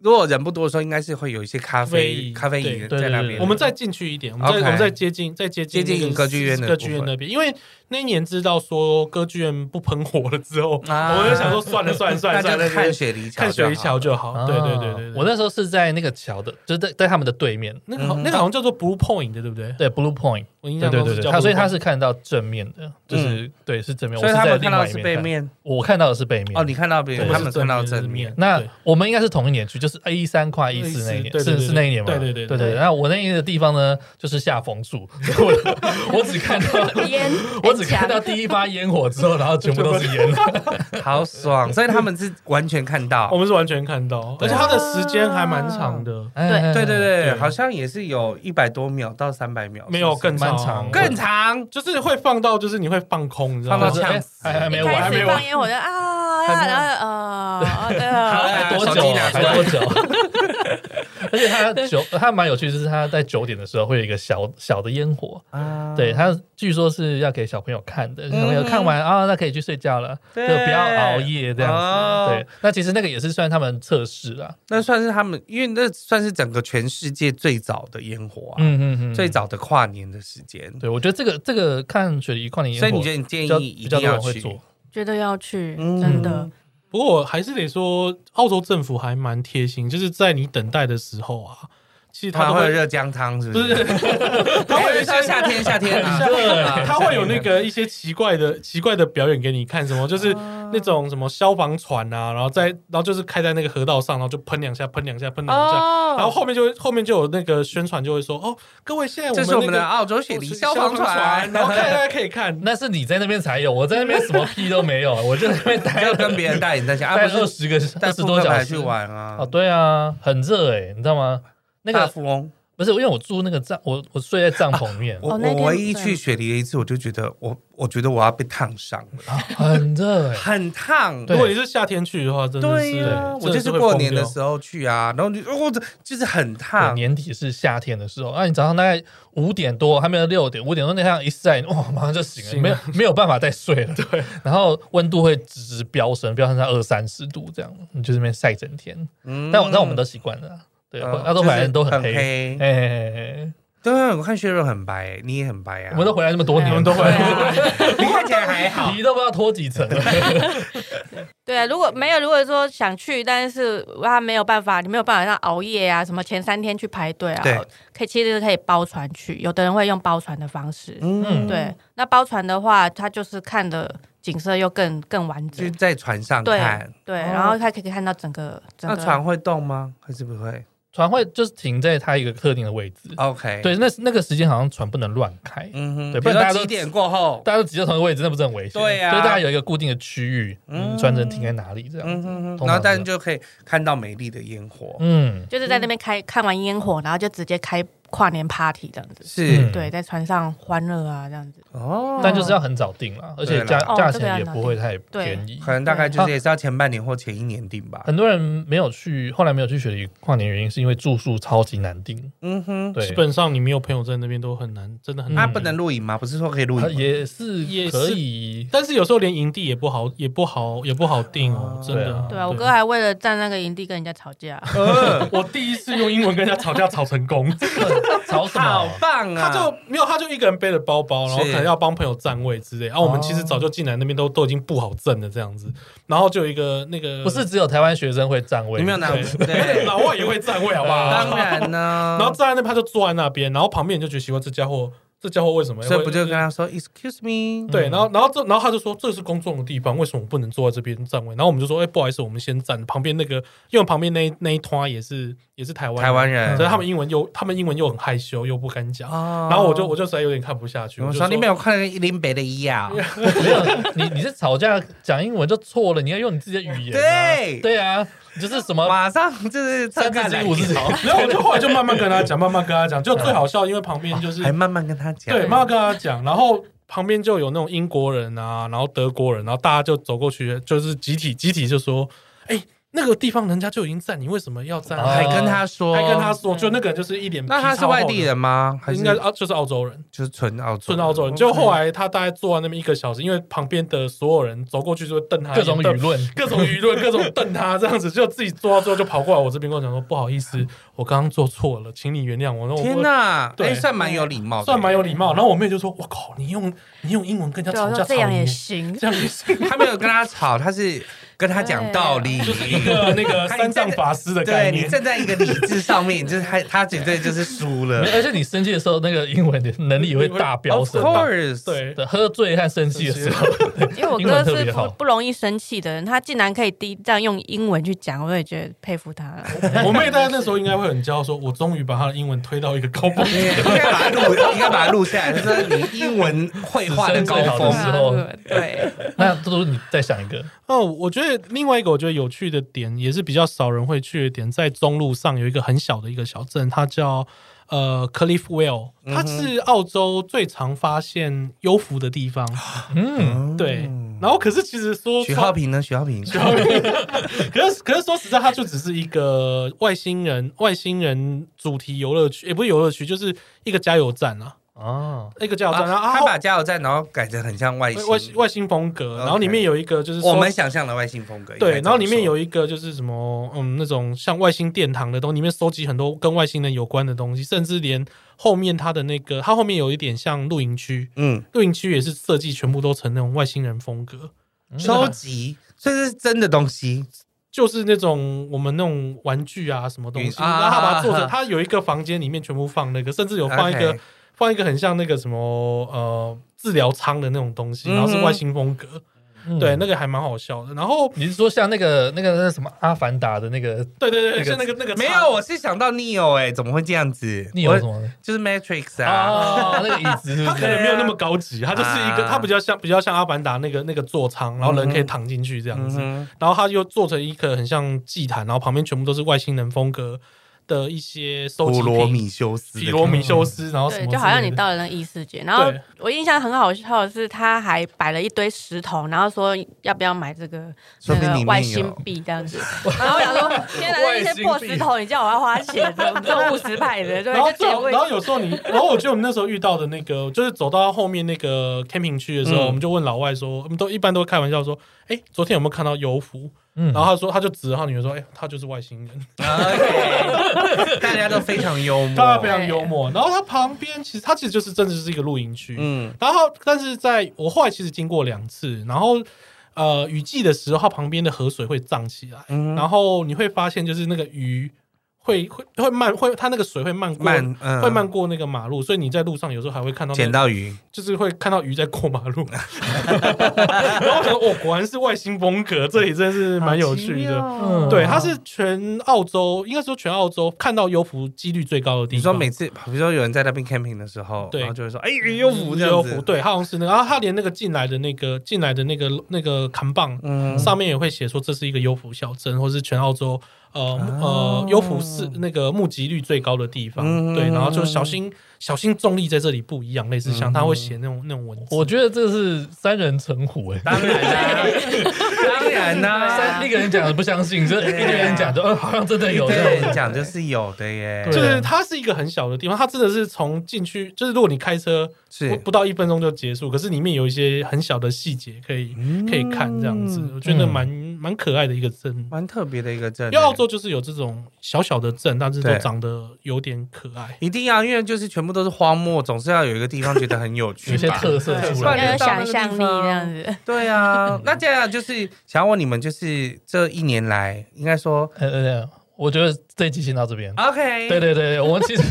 如果人不多的时候，应该是会有一些咖啡啡咖啡饮对对在那对边。我们再进去一点，我们再 OK 我们再接近再接近接近那个歌剧院的歌剧院部分那边，因为那一年知道说歌剧院不喷火了之后，啊我就想说算 了算了算那了算就了，那看就雪梨桥，看雪梨桥。就哦好。对对对对啊对，我那时候是在那个桥的，就是在在他们的对面，那个好嗯那个好像叫做 Blue Point 对不对？对 Blue Point，我印对象对中对是对，叫 Blue Point，他所以他是看到正面的，就是对是正面，嗯我所以是他在们另看到外一是面背看面我看到的是背面哦，你看到背面，对他们看到我是正正面。那对我们应该是同一年去，就是 A 一三跨一四那一年，对对对是对是那一年嘛？对对对对对对。对那我那一年的地方呢，就是下枫树， 我我只 看 到烟我只很强看到第一发烟火之后，然后全部都是 烟。 好爽！所以他们是完全看到 我。们是完全看到，而且它的时间还蛮长啊的。哎对对，对，对好像也是有一百多秒到三百秒，没是有不是更蛮长，长哦更长。就是会放到，就是你会放空，你知道或放吗者？是呛哎死还还没一完，还开没始完放，烟火就啊，还没然后呃， 对好啊，哎还多手久机啊？拿出来还多 久？而且它九，它蛮有趣，就是它在九点的时候会有一个小小的烟火，嗯啊对，它据说是要给小朋友看的，小朋友看完啊，那可以去睡觉了，就对不要熬夜这样子。哦对，那其实那个也是算他们测试啦。那算是他们，因为那算是整个全世界最早的烟火啊，嗯嗯嗯，最早的跨年的时间。对我觉得这个这个看雪梨跨年烟所火，以你觉得你建比较议一定比较多要人会去？做？觉得要去，嗯真的，不过我还是得说，澳洲政府还蛮贴心，就是在你等待的时候啊，其实它它都会有会 热姜汤，是不不是？是， 它会有一些到夏天，夏天啊， 对它会有那个一些奇怪的奇怪的表演给你看，什么就是啊那种什么消防船啊，然后在然后就是开在那个河道上，然后就喷两下，喷两下，喷两下，哦然后后面就会后面就有那个宣传就会说哦，各位现在 这是我们那个的澳洲雪梨消防船，然后 看大家可以看。 那是你在那边才有，我在那边什么屁都没有，啊我就在那边待要了跟别人带领在家，待 啊，二不是十个带二十扑多克小牌时去。玩啊哦，，对啊，很热哎、你知道吗？那大个富翁。不是，因为我住那个帐，我我睡在帐篷里面，啊我哦那我天唯一对去雪梨的一次，我就觉得我我觉得我要被烫伤了，啊很热哎、很烫。对如果你是夏天去的话，真的对是，呀，我就是真的会过疯年的掉时候去啊，然后就我就是很对烫，年底是夏天的时候，那、啊你早上大概五点多，还没有六点，五点多那太阳一晒，哇，马上就醒了，醒了没有没有办法再睡了。对，然后温度会直直飙升，飙升到二三十度这样，你就这边晒整天。嗯但我但我们都习惯了啊，对，嗯澳就洲是白人都很黑，哎黑，哎哎哎对，我看薛肉很白，你也很白啊，我们都回来那么多年，我们都回来对啊你看起来还 好，皮都不知道脱几层了。对啊，如果没有，如果说想去，但是他没有办法，你没有办法让熬夜啊，什么前三天去排队啊对，可以其实可以包船去，有的人会用包船的方式。嗯嗯，对，那包船的话，它就是看的景色又更更完就整。在船上对看，对，哦然后它可以看到整个整那个船会动吗？还是不会船会就是停在它一个特定的位置， ？OK，，对，那那个时间好像船不能乱开，哦嗯哼，对比不如然大说家都几点过后，大家都挤在同一个位置，那不是很危险？对啊所以大家有一个固定的区域，嗯嗯，船只能停在哪里这样嗯子。哼通哼，常然后但是这样就可以看到美丽的烟火，嗯，就是在那边开看完烟火，然后就直接开跨年 party 这样子。是嗯对，在船上欢乐啊这样子。哦，但就是要很早定了，而对且啦啊价哦价这个钱要也不会太便宜可。能大概就是也是要前半年或前一年定吧，很多人没有去，后来没有去雪梨跨年，原因是因为住宿超级难订。嗯哼，对基，本上你没有朋友在那边都很难，真的很那嗯难。呃不能露营吗？不是说可以露营吗？啊也是也是可 以，但是有时候连营地也不好，也不好，也不好定哦，真对的啊。对啊，我哥还为了占那个营地跟人家吵架。呃， 我第一次用英文跟人家吵架吵 成功，吵什好么？棒啊！他就没有，他就一个人背着包包，然后可能要帮朋友占位之类。啊然后我们哦其实早就进来那边都都已经布好阵了这样子，然后就有一个那个不是只有台湾学生会占位，你没有拿对对， 老外也会站位好不好？当然呢， 然后站在那边他就坐在那边，然后旁边人就觉得奇怪，这家伙这家伙为什么？所以不就跟他说 “excuse me”，对，然后然后这然后他就说这是公众的地方，为什么我不能坐在这边站位？然后我们就说，哎、不好意思，我们先站旁边那个，因为旁边那一那一团也是也是台湾嗯台湾人嗯所以他们英文又他们英文又很害羞，又不敢讲。哦然后我就我就实在有点看不下去，我就说你没有。有看跟林北的一样， 没有，你你是吵架讲英文就错了，你要用你自己的语言啊。对对啊，你就是什么马上就是三字来经五字 经，然后我就后来就慢慢跟他讲，慢慢跟他讲，就最好笑，因为旁边就是哦还慢慢跟他讲，对，妈跟他讲，然后旁边就有那种英国人啊，然后德国人，然后大家就走过去，就是集体集体就说：“哎、那个地方人家就已经站，你为什么要站？”哦还还跟他说，嗯还跟他说，就那个人就是一脸那他是外地皮糙人吗？厚还的，是应该啊就是澳洲人，就是纯澳洲，哦纯澳洲人。就后来他大概坐在那边一个小时，因为旁边的所有人走过去就会瞪他，各种瞪舆论，各种舆论，各种瞪他这样子，就自己坐到最后就跑过来我这边跟我讲说：“不好 意思，我刚刚做错了，请你原谅我。”那我天哪，啊对哎，算蛮有礼貌的，算蛮有礼貌。然后我妹就说：“我靠，你用你用英文跟人对家啊，吵我架，说这样吵赢也行。这样也 是他没有跟他吵，他是跟他讲道理，一个那个看三藏法师的概对你念。”站在一个理智上面，就是他他绝对就是输了没有而且你生气的时候，那个英文的能力也会大飙，Of 升。 course，对，对，喝醉和生气的时候，因为我英文哥特别是不好不容易生气的人，他竟然可以第一这样用英文去讲，我也觉得佩服他了。我妹大概那时候应该会很骄傲，说我终于把她的英文推到一个高峰。你应该把它录，应该把它录下来，就是你英文绘画的高懂峰此生最好的。时候对， 那都是你再想一个，哦，我觉得另外一个我觉得有趣的点，也是比较少人会去的点，在中路上有一个很小的一个小镇，它叫呃 Cliffwell，它嗯是澳洲最常发现幽浮的地方。啊嗯，哦对，然后可是其实 说许浩平呢？许浩平， 可是可是说实在，它就只是一个外星人外星人主题游乐区，也不是游乐区，就是一个加油站啊，哦，一个加油站。然后啊他把加油站然后改成很像外外星，外星风格， OK 哦然后里面有一个就是说我们想象的外星风格。应对，该这么然后里面说有一个就是什么嗯那种像外星殿堂的东西，里面收集很多跟外星人有关的东西，甚至连后面它的那个它后面有一点像露营区，嗯露营区也是嗯设计全部都成那种外星人风格。收集，所以这是真的东西，就是那种我们那种玩具啊，什么东西，嗯啊然后他把它做啊啊成，他有一个房间里面全部放那个，甚至有放一个 OK 放一个很像那个什么呃治疗舱的那种东嗯西，哼然后是外星风格，嗯对，那个还蛮好笑的。然后你是说像那个那个那什么《阿凡达》的那个对对那对，个是那个那个没舱有，我是想到 Neo 哎、怎么会这样子？你有什我么呢？就是 Matrix 啊，啊，那个椅子是 它不可是？能没有那么高级，它就是一个，啊它比较像比较像阿凡达那个那个座舱，然后人可以躺进去这样嗯子，哼，然后它又做成一个很像祭坛，然后旁边全部都是外星人风格的一些收集普罗品，米修斯的皮罗米修斯，然后什对，么就好像之类你的到了那异世界。然后对我印象很好笑的是，他还摆了一堆石头，然后说要不要买这个说那不定里个面外有星币这样子。然后我想说，天哪，外那星些币破石头，你叫我要花钱，这种务实派的，对，然后就最点后，位然。后有时候你，然后我记得我们那时候遇到的那个，就是走到后面那个 camping 区的时候，嗯我们就问老外说，我们都一般都会开玩笑说，哎、昨天有没有看到游浮？嗯然后他说，他就指着他女儿说，哎、他就是外星人， OK，大家都非常幽默，他非常幽默。然后他旁边其实他其实就是真的就是一个露营区，嗯然后但是在我后来其实经过两次，然后呃雨季的时候，它旁边的河水会涨起来，嗯，然后你会发现就是那个鱼会会会漫会它那个水会漫过慢嗯会漫过那个马路，所以你在路上有时候还会看到那捡到鱼，就是会看到鱼在过马 路， 然后我想哦，果然是外星风格，这里真是蛮有趣的。哦嗯对，它是全澳洲，应该说全澳洲看到优浮几率最高的地方。你说每次，比如说有人在那边 camping 的时候，对然后就会说，哎，鱼幽浮这优样子浮，，对，它好像是那个，然后它连那个进来的那个进来的那个那个扛棒、嗯上面也会写说这是一个优浮小镇，或是全澳洲呃、哦呃优浮是那个募集率最高的地方。嗯嗯对，然后就小心小心重力在这里不一样，类似像它会写那种那种文字。我觉得这是三人成虎哎。当然啦，当然啦， 三一个人讲的不相信，就是一堆人讲就，嗯，好像真的有这对种。讲就是有的耶，对就是它是一个很小的地方，它真的是从进去，就是如果你开车不是不到一分钟就结束，可是里面有一些很小的细节可以嗯可以看这样子，我觉得蛮蛮可爱的一个镇。嗯蛮特别的一个镇，因为澳洲就是有这种小小的镇，但是都对长得有点可爱。一定要，因为就是全部都是荒漠，总是要有一个地方觉得很有 有趣些吧。特色出来，要有想象力这样子， 对啊，那这样就是想要问你们，就是这一年来，应该说呃呃，我觉得这一集先到这边。 OK，嗯对对对，对我们其实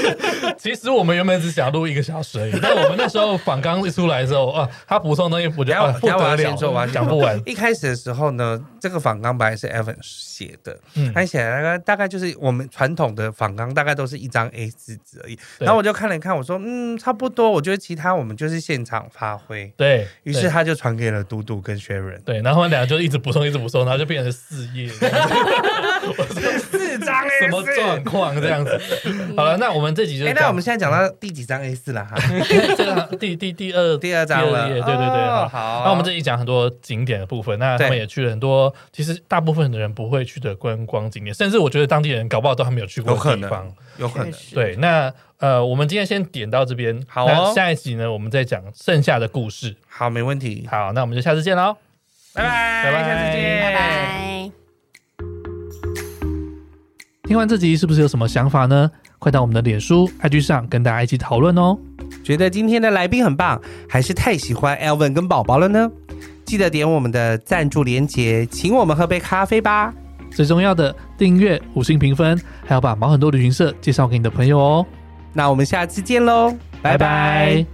其实我们原本只想录一个小时而已，但我们那时候访刚一出来的时候啊，他补充的东西我觉等一得下我啊等一下我要不得了先说，我要，讲不完。一开始的时候呢，这个仿纲本来是 Evan 写的，嗯他写的大概大概就是我们传统的仿纲，大概都是一张 A 四纸而已。对然后我就看了一看，我说嗯，差不多。我觉得其他我们就是现场发挥。对，于是对他就传给了嘟嘟跟 Sharon 对，然后他们俩就一直补充，一直补充，然后就变成四 页，这样子四张 A 什么状四。况这样子。 好了，那我们这集就哎，讲那我们现在讲到第几张 A 四了哈？这个 第第第二第二张了。第页对对对，哦好。好。那我们这里讲很多景点的部分，那他们对也去了很多，其实大部分的人不会去的观光景点，甚至我觉得当地人搞不好都还没有去过有可的地方能。，有可能确。实，对，那呃，我们今天先点到这边，好哦那下一集呢，我们再讲剩下的故事。好，没问题。好，那我们就下次见喽。拜拜，拜拜下次见，拜 拜。听完这集是不是有什么想法呢？快到我们的脸书、IG 上跟大家一起讨论哦。觉得今天的来宾很棒，还是太喜欢 Elvin 跟宝宝了呢？记得点我们的赞助连结，请我们喝杯咖啡吧。最重要的，订阅、五星评分，还要把毛很多旅行社介绍给你的朋友哦。那我们下次见喽，拜拜